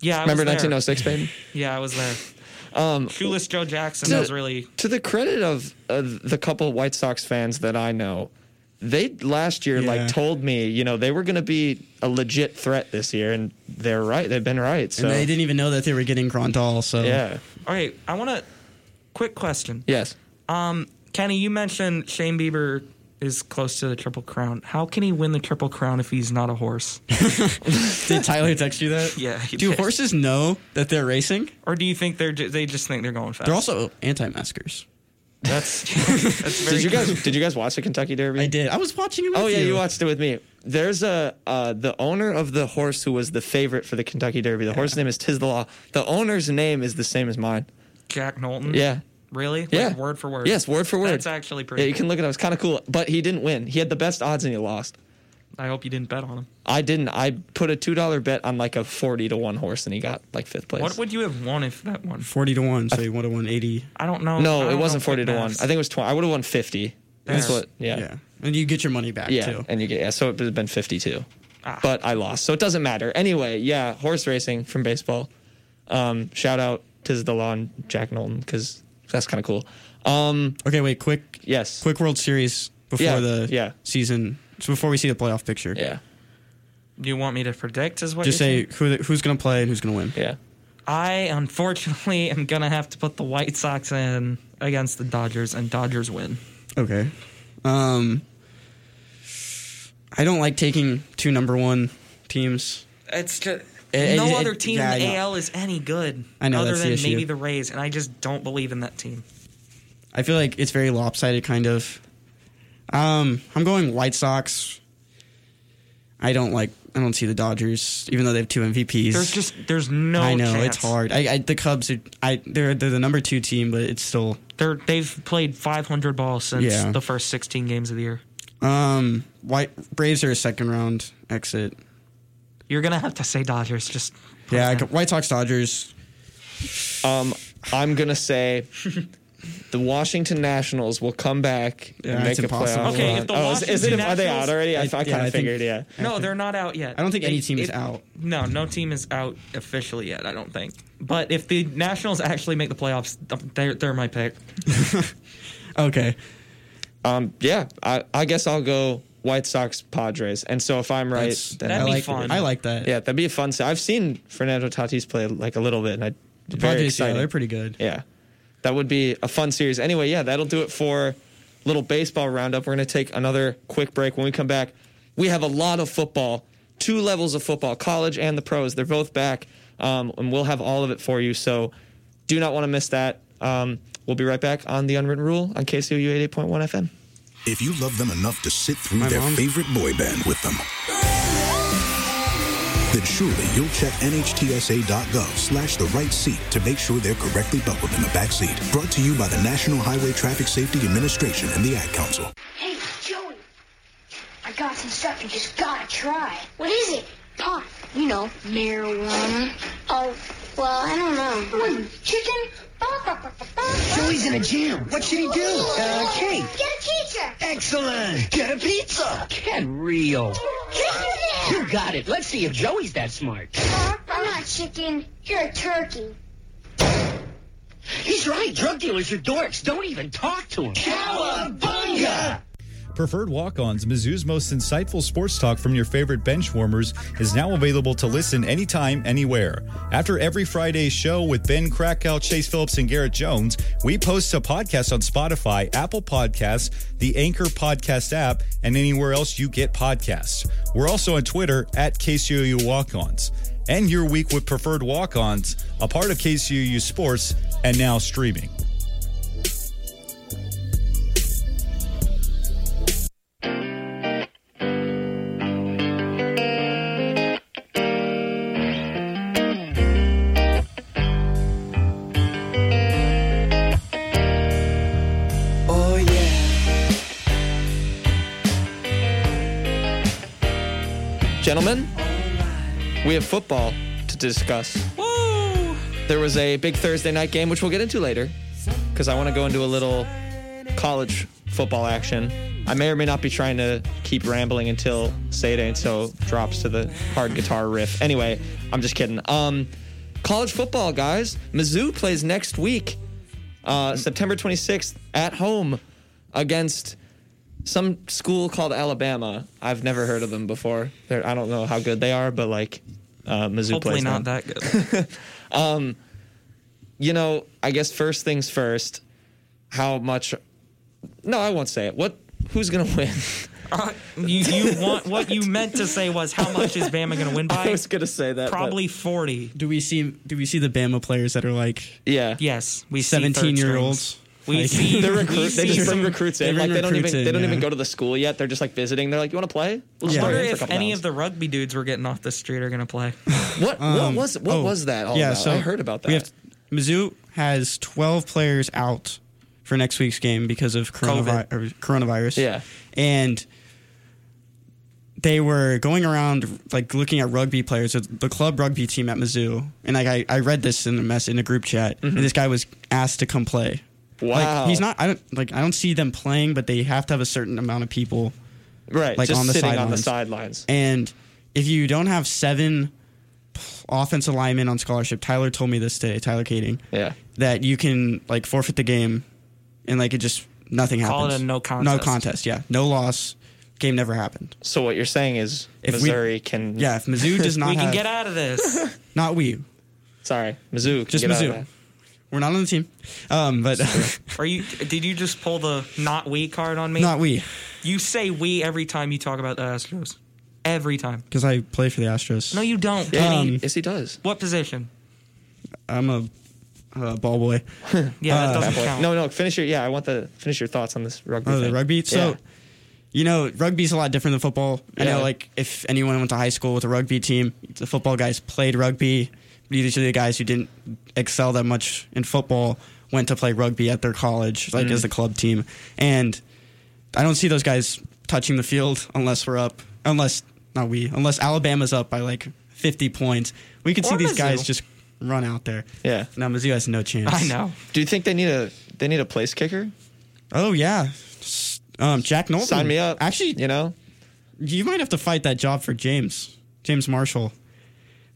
Yeah, I
Remember
was there.
1906, [laughs]
babe?
yeah, I was there.
oh Um,
Shoeless Joe Jackson
to-
was really
to the credit of uh, the couple White Sox fans that I know. They last year
Yeah.
like told me, you know, they were going to be a legit threat this year, and they're right. They've been right. So
And they didn't even know that they were getting Grandal. So
Yeah.
all right. I want to quick question.
Yes.
Um, Kenny, you mentioned Shane Bieber is close to the Triple Crown. How can he win the Triple Crown if he's not a horse?
[laughs] did Tyler text you that?
[laughs] Yeah. he
Do
did.
horses know that they're racing?
Or do you think they're ju- they just think they're going fast?
They're also anti-maskers.
[laughs] That's that's very
[laughs] did you guys did you guys watch the Kentucky Derby? I
did. I was watching it.
oh
with
yeah,
you.
you watched it with me. There's a uh, the owner of the horse who was the favorite for the Kentucky Derby. The horse name is Tis the Law. The owner's name is the same as mine.
Jack Knowlton.
Yeah.
Really? Like,
Yeah.
word for word.
Yes, word for word.
That's actually pretty.
Yeah, you can look it up. It's kind of cool. But he didn't win. He had the best odds and he lost.
I hope you didn't bet on him.
I didn't. I put a two dollar bet on like a forty to one horse, and he got like fifth place.
What would you have won if that won?
Forty to one, so you would have won eighty.
I don't know. I
no,
don't
it wasn't
know
forty to
quick
one. I
maths.
think it was twenty. I would have won fifty. That's
Fair.
what. Yeah. Yeah.
And you get your money back too.
And you get yeah. So it would have been fifty two.
Ah.
But I lost, so it doesn't matter. Anyway, yeah, horse racing from baseball. Um, shout out Tis the Law and Jack Knowlton because that's kind of cool. Um,
okay, wait, quick.
Yes.
Quick World Series before
Yeah,
the
yeah.
season. So before we see the playoff picture.
Yeah.
You want me to predict? Is what
Just
you're
say
saying?
who the, who's going to play and who's going to win.
Yeah.
I unfortunately am gonna have to put the White Sox in against the Dodgers, and Dodgers win.
Okay. Um, I don't like taking two number one teams.
It's just
It-
no
it-
other
it-
team
yeah, I
in the
know.
AL is any good.
I know,
other
that's the
than
issue.
maybe the Rays, and I just don't believe in that team.
I feel like it's very lopsided, kind of. Um, I'm going White Sox. I don't like. I don't see the Dodgers, even though they have two MVPs.
There's just there's no.
I know
chance.
it's hard. I, I the Cubs are. I they're they're the number two team, but it's still.
They're they've played 500 balls since
Yeah.
the first 16 games of the year.
Um, White Braves are a second round exit.
You're gonna have to say Dodgers. Just
Yeah, I could- White Sox Dodgers.
Um, I'm gonna say the Washington Nationals will come back
Yeah,
and
it's
make a
impossible.
playoff.
Okay,
run.
if the
oh, is, is it?
Washington
Are they out
Nationals-
already? I,
I-
kind
yeah, I
of
think-
figured. yeah.
No, they're not out yet.
I don't think any
It-
team is
it-
out.
No, no team is out officially yet. I don't think. But if the Nationals actually make the playoffs, they're, they're my pick.
Okay.
Um. Yeah. I, I guess I'll go White Sox Padres. And so if I'm right,
That's-
then
that'd
I
be
like
fun.
it.
I like that.
Yeah, that'd be a fun. se- I've seen Fernando Tatis play like a little bit, and I
The
very
Padres, yeah,
exciting.
they're pretty good.
Yeah. That would be a fun series. Anyway, yeah, that'll do it for little baseball roundup. We're going to take another quick break. When we come back, we have a lot of football, two levels of football, college and the pros. They're both back, um, and we'll have all of it for you. So do not want to miss that. Um, we'll be right back on The Unwritten Rule on KCOU 88.1 FM.
If you love them enough to sit through
My
their
mom.
favorite boy band with them, then surely you'll check NHTSA.gov slash the right seat to make sure they're correctly buckled in the back seat. Brought to you by the National Highway Traffic Safety Administration and the Ad Council.
Hey, Joey. I got some stuff you just gotta try. What is it? Pot. You know, marijuana. Oh, well, I don't know. What, chicken?
Joey's in a jam. What should he do? Uh, cake.
Get a teacher.
Excellent. Get a pizza. Get real. You got it. Let's see if Joey's that smart.
I'm not chicken. You're a turkey.
He's right. Drug dealers are dorks. Don't even talk to him. Cowabunga!
Preferred Walk Ons, Mizzou's most insightful sports talk from your favorite bench warmers, is now available to listen anytime, anywhere. After every Friday show with Ben Krakow, Chase Phillips, and Garrett Jones, we post a podcast on Spotify, Apple Podcasts, the Anchor Podcast app, and anywhere else you get podcasts. We're also on Twitter at KCOU Walk Ons. End your week with Preferred Walk Ons, a part of KCOU Sports, and now streaming.
Oh yeah.
Gentlemen, we have football to discuss.
Woo!
There was a big Thursday night game, which we'll get into later, because I want to go into a little college football action. I may or may not be trying to keep rambling until Say It Ain't So drops to the hard guitar riff. Anyway, I'm just kidding. Um, college football, guys. Mizzou plays next week, uh, September 26th, at home against some school called Alabama. I've never heard of them before. They're, I don't know how good they are, but like uh, Mizzou
Hopefully
plays
not
them.
that good.
Um, you know, I guess first things first. How much? No, I won't say it. What? Who's gonna [laughs] win?
Uh, you, you want what you meant to say was how much is Bama going
[laughs]
to win by?
I was gonna say that. but-
Probably forty.
Do we see do we see the Bama players that are like
Yeah.
Yes, we see third
seventeen year olds?
strings.
[laughs]
We see-
They're
we
recruit.
see [laughs]
They just bring
some-
recruits in.
they
Like
bring
they don't even
recruits in,
they don't even
yeah.
go to the school yet. They're just like visiting. They're like, you want to play? We'll
I
just throw
wonder
you in for a
if
couple
any
hours."
of the rugby dudes we're getting off the street are going
[laughs]
to play.
what
Um, oh, yeah, so we have- Mizzou has 12 players out for next week's game because of coronavi- or coronavirus.
Yeah.
And they were going around like looking at rugby players, the club rugby team at Mizzou, and like I, I read this in a mess in a group chat, and
Mhm.
this guy was asked to come play.
Wow.
Like, he's not. I don't like. I don't see them playing, but they have to have a certain amount of people,
Right,
Like
just
on the
sitting on
sidelines.
the sidelines.
And if you don't have seven offensive linemen on scholarship, Tyler told me this today. Tyler Kading.
Yeah.
That you can like forfeit the game, and like it just nothing
Call it
happens.
a no
No
contest.
contest. Yeah. No loss. Game never happened.
So what you're saying is
If we-
Missouri can.
Yeah. If
[laughs]
Mizzou does not
we
have-
can get out of this.
Not we.
Sorry, Mizzou. can
Just
get out of
Mizzou.
that.
We're not on the team. Um, but
Are you? Did you just pull the not we card on
[laughs]
me?
not we
You say we every time you talk about the Astros. Every time.
because I play for the Astros.
No, you don't.
Yeah,
Kenny.
he-
yes, he does.
What position?
I'm a, a ball boy.
Yeah, that doesn't
Bad boy.
count.
Uh, No, no. Finish your. Yeah, I want the finish your thoughts on this rugby.
Oh, the
thing.
rugby. So,
Yeah.
you know, rugby's a lot different than football. I
Yeah.
know, like, if anyone went to high school with a rugby team, the football guys played rugby. These are the guys who didn't excel that much in football went to play rugby at their college, like
Mhm.
Mm.
as the club team. And I don't see those guys touching the field unless we're up, unless not we, unless Alabama's up by like 50 points. We could see
Or
these guys
Mizzou.
just run out there.
Yeah.
Now Mizzou has no chance.
I know.
Do you think they need a they need a place kicker?
Oh yeah, S- um, Jack Knowlton.
Sign me up.
Actually,
you know,
you might have to fight that job for James, James Marshall.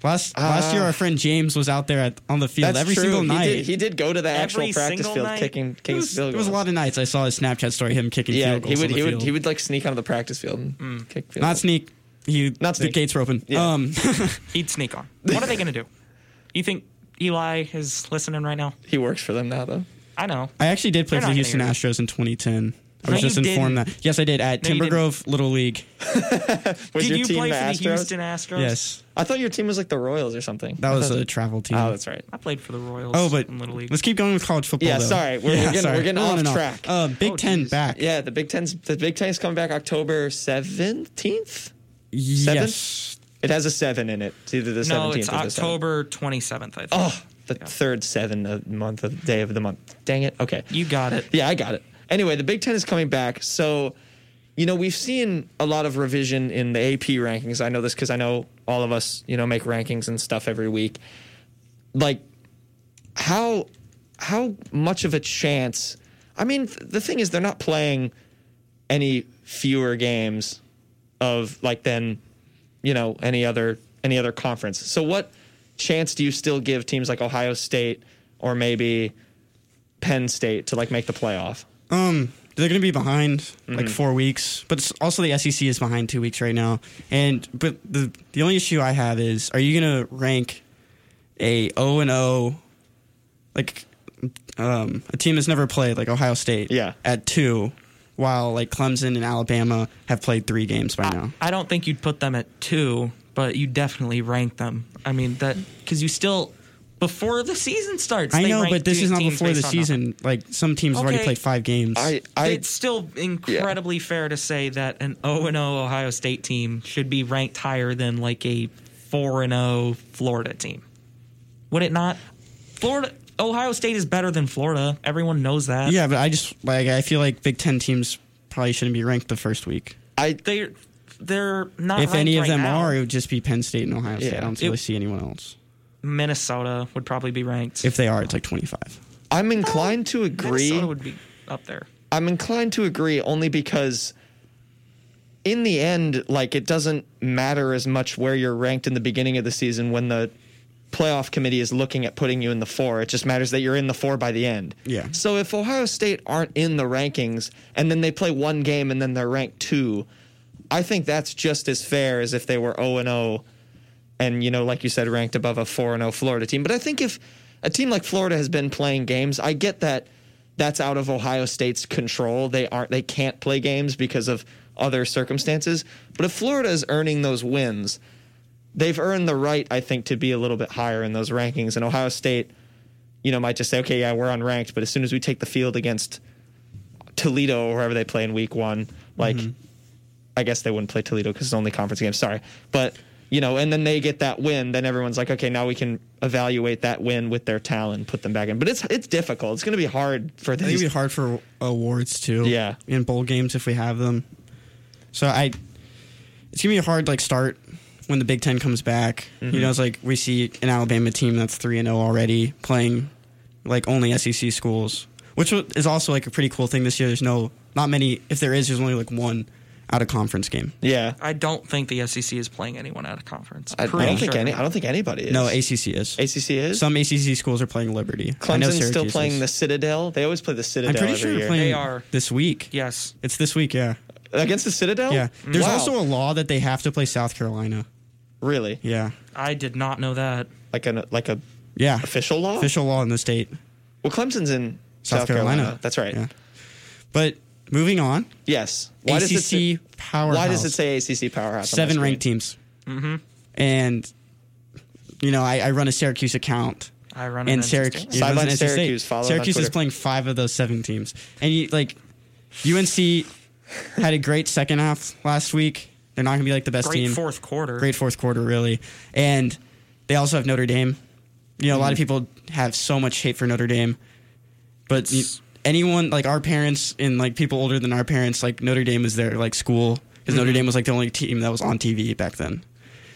Last last
Uh,
year, our friend James was out there at, on the field
That's
every
true.
single
he
night.
Did, he did go to the
Every
actual practice
single
field,
night?
kicking
It
kicking
was,
field
it was a
goals.
lot of nights. I saw his Snapchat story, him kicking
Yeah,
field goals
he would
on the
he
field.
would he would like sneak onto the practice field
Mm.
and kick field.
not
goals.
sneak. He
Not
the
sneak.
gates were open.
Yeah. [laughs]
Um,
He'd sneak on. What are they going to do? You think Eli is listening right now?
He works for them now though.
I know.
I actually did play
They're
for the
not
Houston
gonna
Astros in 2010. I
No,
was just
you
informed
didn't.
that yes, I did at
No, you
Timber
didn't.
Grove Little League.
Was
Did
your
you
team
play
the
for
Astros?
the Houston Astros?
Yes,
I thought your team was like the Royals or something.
that
I
was
thought
a travel team.
[laughs] Oh, that's right.
I played for the Royals.
Oh, but
in Little League.
let's keep going with college football.
Yeah,
though.
sorry, we're, we're
Yeah,
getting,
sorry.
We're getting
On
off
and
track.
Uh, Big
Oh,
Ten back.
Yeah, the Big Ten's the Big Ten's coming back October seventeenth.
Yes.
It has a seven in it. It's either the
no,
seventeenth
it's
or the seventh.
October 27th, I think.
Oh, the third seven of the month of day of the month. Dang it. Okay.
You got it.
Yeah, I got it. Anyway, the Big Ten is coming back. So, you know, we've seen a lot of revision in the AP rankings. I know this because I know all of us, you know, make rankings and stuff every week. Like, how how much of a chance? I mean, th- the thing is, they're not playing any fewer games of like than you know any other any other conference. So, what chance do you still give teams like Ohio State or maybe Penn State to like make the playoff?
Um, they're going to be behind like
Mhm.
four weeks, but it's also the SEC is behind two weeks right now. And but the the only issue I have is, are you going to rank a O and O like um, a team that's never played like Ohio State?
Yeah.
at two, while like Clemson and Alabama have played three games
Uh,
by now.
I don't think you'd put them at two, but you definitely rank them. I mean that because you still before the season starts.
I
they
know,
rank
but this
te-
is not
teams
before the
based on nothing.
season. Like some teams have already
Okay.
played five games.
it's still incredibly fair to say that an 0 and 0 Ohio State team should be ranked higher than like a 4 and 0 Florida team. Would it not? Florida Ohio State is better than Florida. Everyone knows that.
yeah, but I just like I feel like Big Ten teams probably shouldn't be ranked the first week.
I
they they're not
if any
ranked
of them
right now.
are, it would just be Penn State and Ohio State.
Yeah.
I don't
It-
really see anyone else.
Minnesota would probably be ranked.
If they are, it's like 25.
I'm inclined to agree.
Minnesota would be up there.
I'm inclined to agree only because in the end, like it doesn't matter as much where you're ranked in the beginning of the season when the playoff committee is looking at putting you in the four. It just matters that you're in the four by the end.
Yeah.
So if Ohio State aren't in the rankings and then they play one game and then they're ranked two, I think that's just as fair as if they were 0 and 0 and, you know, like you said, ranked above a 4 and 0 Florida team. But I think if a team like Florida has been playing games, I get that that's out of Ohio State's control. They aren't they can't play games because of other circumstances. But if Florida is earning those wins, they've earned the right, I think, to be a little bit higher in those rankings. And Ohio State, you know, might just say, okay, yeah, we're unranked, but as soon as we take the field against Toledo or wherever they play in week one, like,
Mm-hmm.
I guess they wouldn't play Toledo because it's only conference games. Sorry. But, you know, and then they get that win, then everyone's like, okay, now we can evaluate that win with their talent, put them back in. But it's it's difficult. It's going to be hard for
I think it'd be
these.
hard for awards too.
Yeah.
in bowl games if we have them. So I, it's gonna be a hard like start when the Big Ten comes back.
Mhm.
Mm-hmm.
You know, it's like we see an Alabama team that's three and zero already playing like only SEC schools, which wa- is also like a pretty cool thing this year. There's no not many. If there is, there's only like one out of conference game.
Yeah.
I don't think the SEC is playing anyone out of conference.
I- I don't
Pretty
think
sure.
any- I don't
think anybody
No, ACC is.
ACC is.
Some ACC schools are playing Liberty. I know
Clemson's still
Syracuse
playing
is.
the Citadel. They always play the
I'm
Citadel
pretty
every
sure
year.
they're playing this week.
Yes,
it's this week. Yeah,
Against the Citadel?
Yeah, there's
Oh, Wow.
also a law that they have to play South Carolina.
Really?
Yeah,
I did not know that.
Like a like a
yeah.
Official law?
Official law in the state.
Well, Clemson's in
South,
South
Carolina.
Carolina. That's right.
Yeah. But moving on,
Yes.
ACC
say-
powerhouse.
Why does it say ACC powerhouse? on my
seven
screen?
ranked teams,
Mm-hmm.
and you know I, I run a Syracuse account.
I run an E
and
NC
Syracuse.
State.
it runs
Sideline
an NC State.
Syracuse, follow them on
Syracuse is
Twitter.
playing five of those seven teams, and you like UNC had a great second half last week. They're not going to be like the best
Great
team.
fourth quarter.
Great fourth quarter, really. And they also have Notre Dame. You know, a lot of
Mhm.
Mm-hmm.
people have so much hate for Notre Dame, but you- anyone like our parents and like people older than our parents, like Notre Dame was their like school because
Mm-hmm.
Notre
Mhm.
Dame was like the only team that was on TV back then.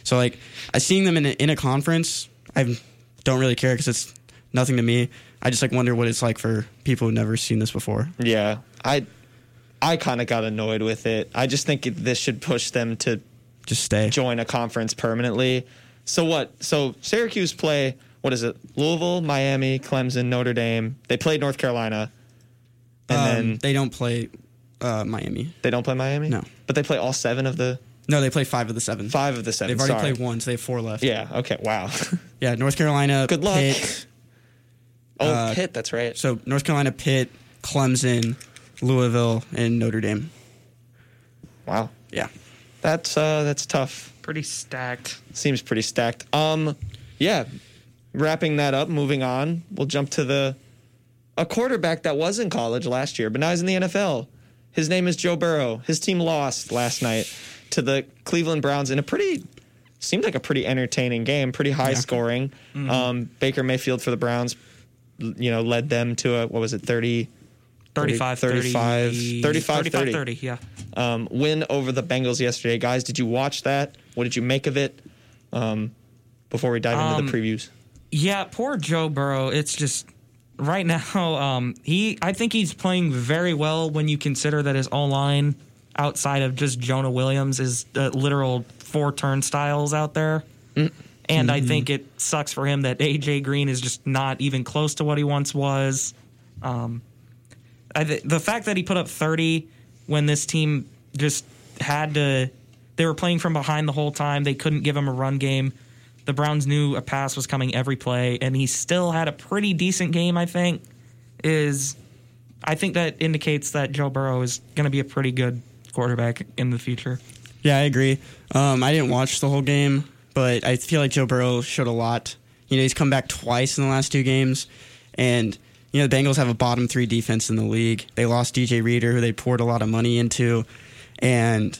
So like, I seeing them in a, in a conference, I don't really care because it's nothing to me. I just like wonder what it's like for people who've never seen this before.
Yeah. I I kind of got annoyed with it. I just think this should push them to
just stay
join a conference permanently. So what? So Syracuse play what is it? Louisville, Miami, Clemson, Notre Dame. They played North Carolina, and
Um,
then
they don't play uh, Miami.
They don't play Miami.
No.
but they play all seven of the.
No, they play five of the seven.
Five of the seven.
They've already
sorry.
played one, so they have four left.
Yeah. Okay. Wow. [laughs]
Yeah, North Carolina.
Good luck.
Pitt,
oh,
uh,
Pitt. That's right.
So North Carolina, Pitt, Clemson, Louisville, and Notre Dame.
Wow.
Yeah.
That's uh, that's tough.
Pretty stacked.
Seems pretty stacked. Um, yeah. Wrapping that up. Moving on. We'll jump to the a quarterback that was in college last year, but now he's in the NFL. His name is Joe Burrow. His team lost last night to the Cleveland Browns in a pretty seemed like a pretty entertaining game, pretty high
Yeah.
scoring.
Mhm.
Um, Baker Mayfield for the Browns, l- you know, led them to a what was it 30
35,
35
30,
35 30.
30, yeah.
Um, win over the Bengals yesterday. Guys, did you watch that? What did you make of it? Um, before we dive into the
Um,
previews.
Yeah, poor Joe Burrow. It's just right now. [laughs] Um, he, I think he's playing very well when you consider that his all line outside of just Jonah Williams is uh, literal four turnstiles out there. And I think it sucks for him that AJ Green is just not even close to what he once was. Um, I th- the fact that he put up 30 when this team just had to, they were playing from behind the whole time. They couldn't give him a run game. The Browns knew a pass was coming every play, and he still had a pretty decent game, I think. Is I think that indicates that Joe Burrow is going to be a pretty good quarterback in the future.
Yeah, I agree. Um, I didn't watch the whole game, but I feel like Joe Burrow showed a lot. You know, he's come back twice in the last two games, and you know the Bengals have a bottom three defense in the league. They lost DJ Reader, who they poured a lot of money into, and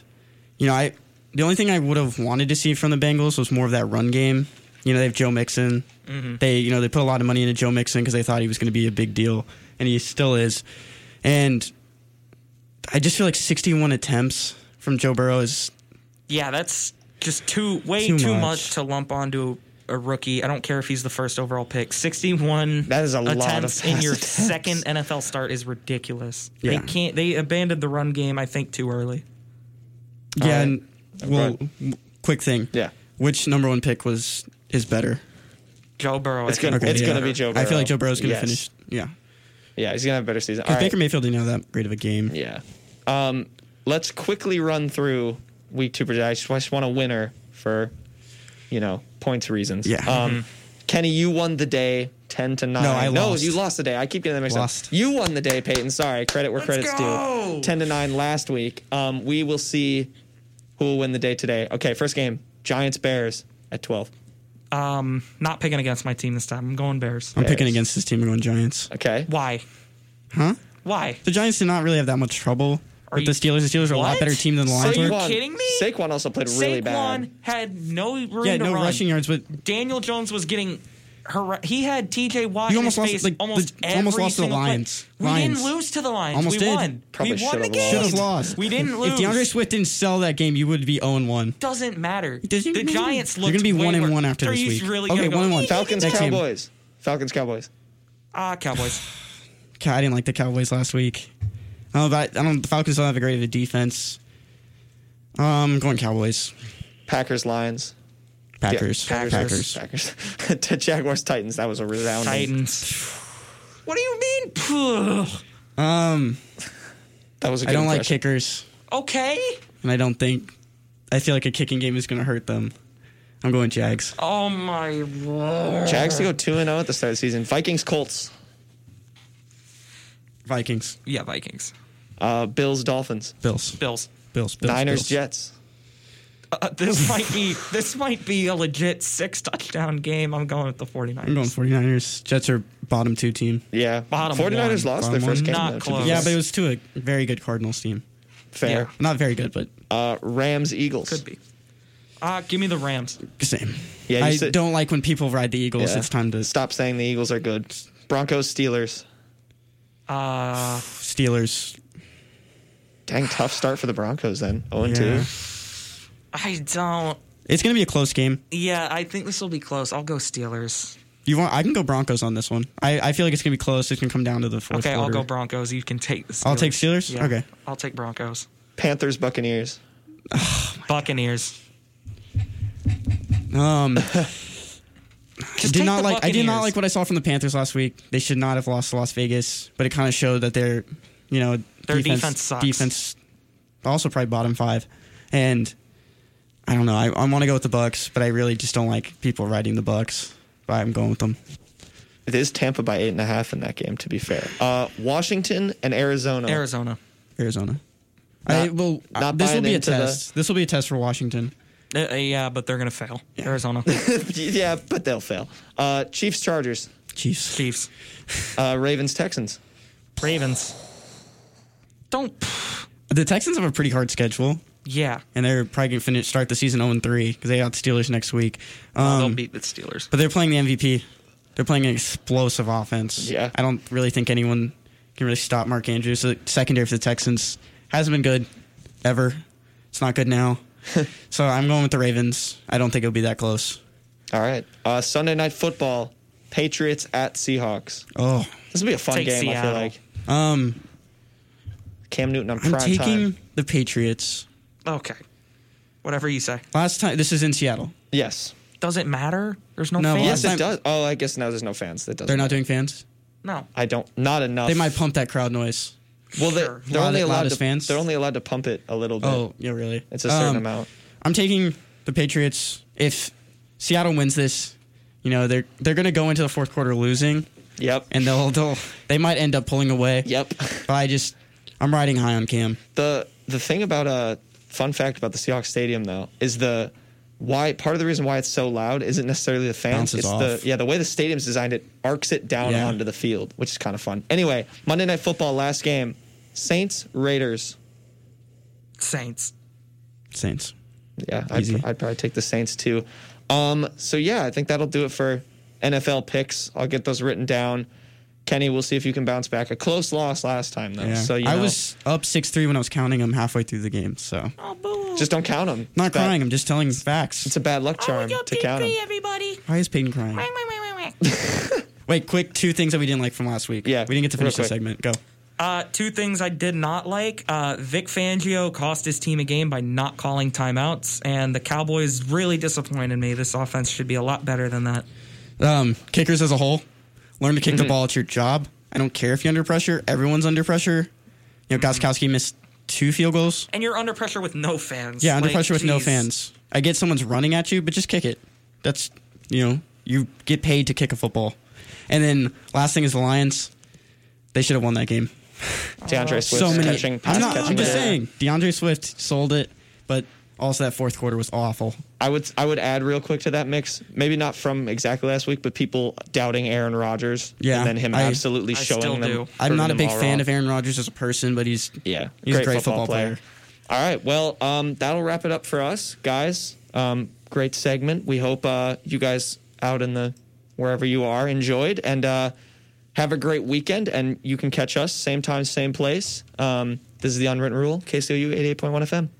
you know I the only thing I would have wanted to see from the Bengals was more of that run game. You know, they have Joe Mixon.
Mhm.
They you know they put a lot of money into Joe Mixon because they thought he was going to be a big deal, and he still is. And I just feel like 61 attempts from Joe Burrow is
Yeah, that's just too way
Too
too,
much.
much. to lump onto a rookie. I don't care if he's the first overall pick. Sixty-one. That is
a lot of
attempts in
pass
your
attempts.
second NFL start is ridiculous.
Yeah.
They can't. They abandoned the run game. I think too early.
Yeah.
All
and,
right.
well,
Right.
w- quick thing.
Yeah.
Which number one pick was is better?
Joe Burrow. I
It's
think,
gonna-
will
it's
better.
gonna be Joe I feel like Joe Burrow's gonna finish- Yeah.
Yeah, he's gonna have a better season.
Because
All right.
Baker Mayfield didn't have that great of a game.
Yeah. Um, let's quickly run through week two predictions. I just, I just want a winner for, you know, points reasons.
Yeah.
Um,
Mhm.
Kenny, you won the day, ten to nine.
I
no,
lost.
you lost the day. I keep getting that mixed
Lost.
up. You won the day, Peyton. Sorry, credit where credit's
go!
due. Ten to nine last week. Um, we will see who will win the day today. Okay, first game, Giants Bears at twelve.
Um, not picking against my team this time. I'm going Bears.
I'm picking against this team. I'm going Giants.
Okay.
Why?
Huh?
Why?
The Giants did not really have that much trouble with the Steelers. The Steelers are a lot
What?
better team than the Lions
Are you
were.
kidding me?
Saquon also played really bad.
Saquon had no room
Yeah,
to
no
run.
rushing yards, but
Daniel Jones was getting. Her, he had T.J. Watt.
You
in his
almost lost-
face
like, the-
almost every
almost lost to the
single play.
Lions.
We
Lions.
didn't lose to the Lions.
Almost
we
did.
won. we won the game.
Should have lost.
We didn't
If
lose.
DeAndre Swift didn't sell that game, you would be 0 1.
doesn't matter.
doesn't
the
matter.
Giants
You're
look
gonna be
way
one and
worse.
one after
Are
this
you
week.
Really
Okay,
gonna go,
one and one.
Falcons
Next game.
Cowboys. Falcons Cowboys.
[laughs] Ah, Cowboys.
God, I didn't like the Cowboys last week. I don't know about, I don't, the Falcons don't have a great of a defense. Um, going Cowboys.
Packers Lions.
Packers.
Yeah,
Packers.
Packers. [laughs] Packers. To Jaguars Titans. That was a resounding.
Titans. What do you mean?
Um,
that was.
I
a good
don't like
impression.
kickers,
okay.
and I don't think. I feel like a kicking game is going to hurt them. I'm going Jags.
Oh my word.
Jags to go two and zero at the start of the season. Vikings Colts.
Vikings.
Yeah, Vikings.
Uh, Bills Dolphins.
Bills.
Bills.
Bills.
Niners Jets.
Uh, this [laughs] might be this might be a legit six touchdown game. I'm going with the 49ers.
I'm going 49ers. Jets are bottom two team.
Yeah.
Bottom one.
49ers lost
Bottom one.
their first game. though, to be
Yeah,
honest.
but it was to a very good Cardinals team.
Fair.
Yeah. Not very good, but
Uh, Rams Eagles. Could
be. Uh, give me the Rams.
same.
Yeah, you
I
said-
don't like when people ride the Eagles.
Yeah.
It's time to
stop saying the Eagles are good. Broncos Steelers.
Uh,
Steelers.
Dang, tough start for the Broncos then. Zero and two.
Yeah.
I don't.
It's going to be a close game.
Yeah, I think this will be close. I'll go Steelers.
You want? I can go Broncos on this one. I, I feel like it's going to be close. It's going to come down to the fourth
okay, I'll
quarter.
go Broncos. You can take the Steelers.
I'll take Steelers?
Yeah,
Okay.
I'll take Broncos.
Panthers Buccaneers.
Buccaneers.
Um, I
take
did not
the
like. I did not
Buccaneers.
like what I saw from the Panthers last week. They should not have lost to Las Vegas, but it kind of showed that their, you know,
Their defense sucks.
defense also probably bottom five, and I don't know. I, I want to go with the Bucks, but I really just don't like people riding the Bucks. But I'm going with them.
It is Tampa by eight and a half in that game. To be fair. Uh, Washington and
Oh.
Arizona.
Arizona.
Arizona. I,
Not-
well, uh,
not
this will
buying
be a
into the-
test. This will be a test for Washington.
Uh, uh, yeah, but they're gonna fail.
[laughs]
Arizona.
[laughs] yeah, but they'll fail. Uh, Chiefs Chargers.
Chiefs.
Chiefs.
Uh, Ravens Texans.
Ravens. Don't.
The Texans have a pretty hard schedule.
Yeah.
and they're probably going to finish start the season 0 3 because they got the Steelers next week. Um,
Well, they'll beat the Steelers.
But they're playing the MVP. They're playing an explosive offense.
Yeah.
I don't really think anyone can really stop Mark Andrews. The secondary for the Texans hasn't been good ever. It's not good
[laughs]
now. so I'm going with the Ravens. I don't think it'll be that close.
All right. Uh, Sunday night football. Patriots at Seahawks.
Oh.
This will be a fun
Take
game. I feel
Seattle.
like
Um,
Cam Newton on
I'm
prime
taking
time.
the Patriots.
Okay. Whatever you say.
Last time, this is in Seattle.
Yes.
Does it matter? There's no,
No,
fans.
last
Yes, it does. Oh, I guess now there's no fans. That doesn't.
They're not doing fans.
No.
I don't. Not enough.
They might pump that crowd noise.
Well, they,
Sure.
they're
Loud-
only allowed to.
loudest fans.
They're only allowed to pump it a little bit.
Oh, yeah, really?
It's a certain
Um,
amount.
I'm taking the Patriots. If Seattle wins this, you know they're they're going to go into the fourth quarter losing.
Yep.
And they'll they'll they might end up pulling away.
Yep. [laughs]
But I just I'm riding high on Cam.
The the thing about uh, fun fact about the Seahawks stadium though is the why part of the reason why it's so loud isn't necessarily the fans.
Bounces
it's
off.
the yeah the way the stadium's designed it arcs it down
Yeah.
onto the field, which is kind of fun. Anyway, Monday Night Football last game, Saints Raiders.
Saints.
Saints.
Yeah, I'd,
Easy.
I'd probably take the Saints too. Um, so yeah, I think that'll do it for NFL picks. I'll get those written down. Kenny, we'll see if you can bounce back. A close loss last time though,
Yeah.
Oh, so you
I
know,
was up six three when I was counting them halfway through the game. So
just don't count them.
not crying. I'm just telling facts. It's
a bad luck
charm to count them.
everybody.
Why is Peyton crying? Wait, quick, two things that we didn't like from last week. Yeah, we didn't get to
real
finish the
quick.
segment. Go.
Uh, two things I did not like. Uh, Vic Fangio cost his team a game by not calling timeouts, and the Cowboys really disappointed me. This offense should be a lot better than that.
Um, kickers as a whole, learn to kick
Mm-hmm.
Mhm.
the ball at your job. I don't care if you're under pressure. Everyone's under pressure. You know, Goskowski missed two field goals.
And you're under pressure with no fans.
Yeah, under
Like,
pressure with no
geez.
fans. I get someone's running at you, but just kick it. That's you know, you get paid to kick a football. And then last thing is the Lions. They should have won that game.
DeAndre Swift's
so many.
catching- pass
I'm, not,
catching
I'm just
there.
saying, DeAndre Swift sold it, but also that fourth quarter was awful.
I would I would add real quick to that mix, maybe not from exactly last week, but people doubting Aaron Rodgers,
Yeah,
and then him
I-
absolutely
I
showing
still
them.
do. I'm
proving
not a
them
big
all
fan
wrong.
of Aaron Rodgers as a person, but he's
yeah,
he's a great football, player.
All right, well, um, that'll wrap it up for us, guys. Um, great segment. We hope uh, you guys out in the wherever you are enjoyed and uh, have a great weekend. And you can catch us same time, same place. Um, this is the unwritten rule, KCOU 88.1 FM.
Oh,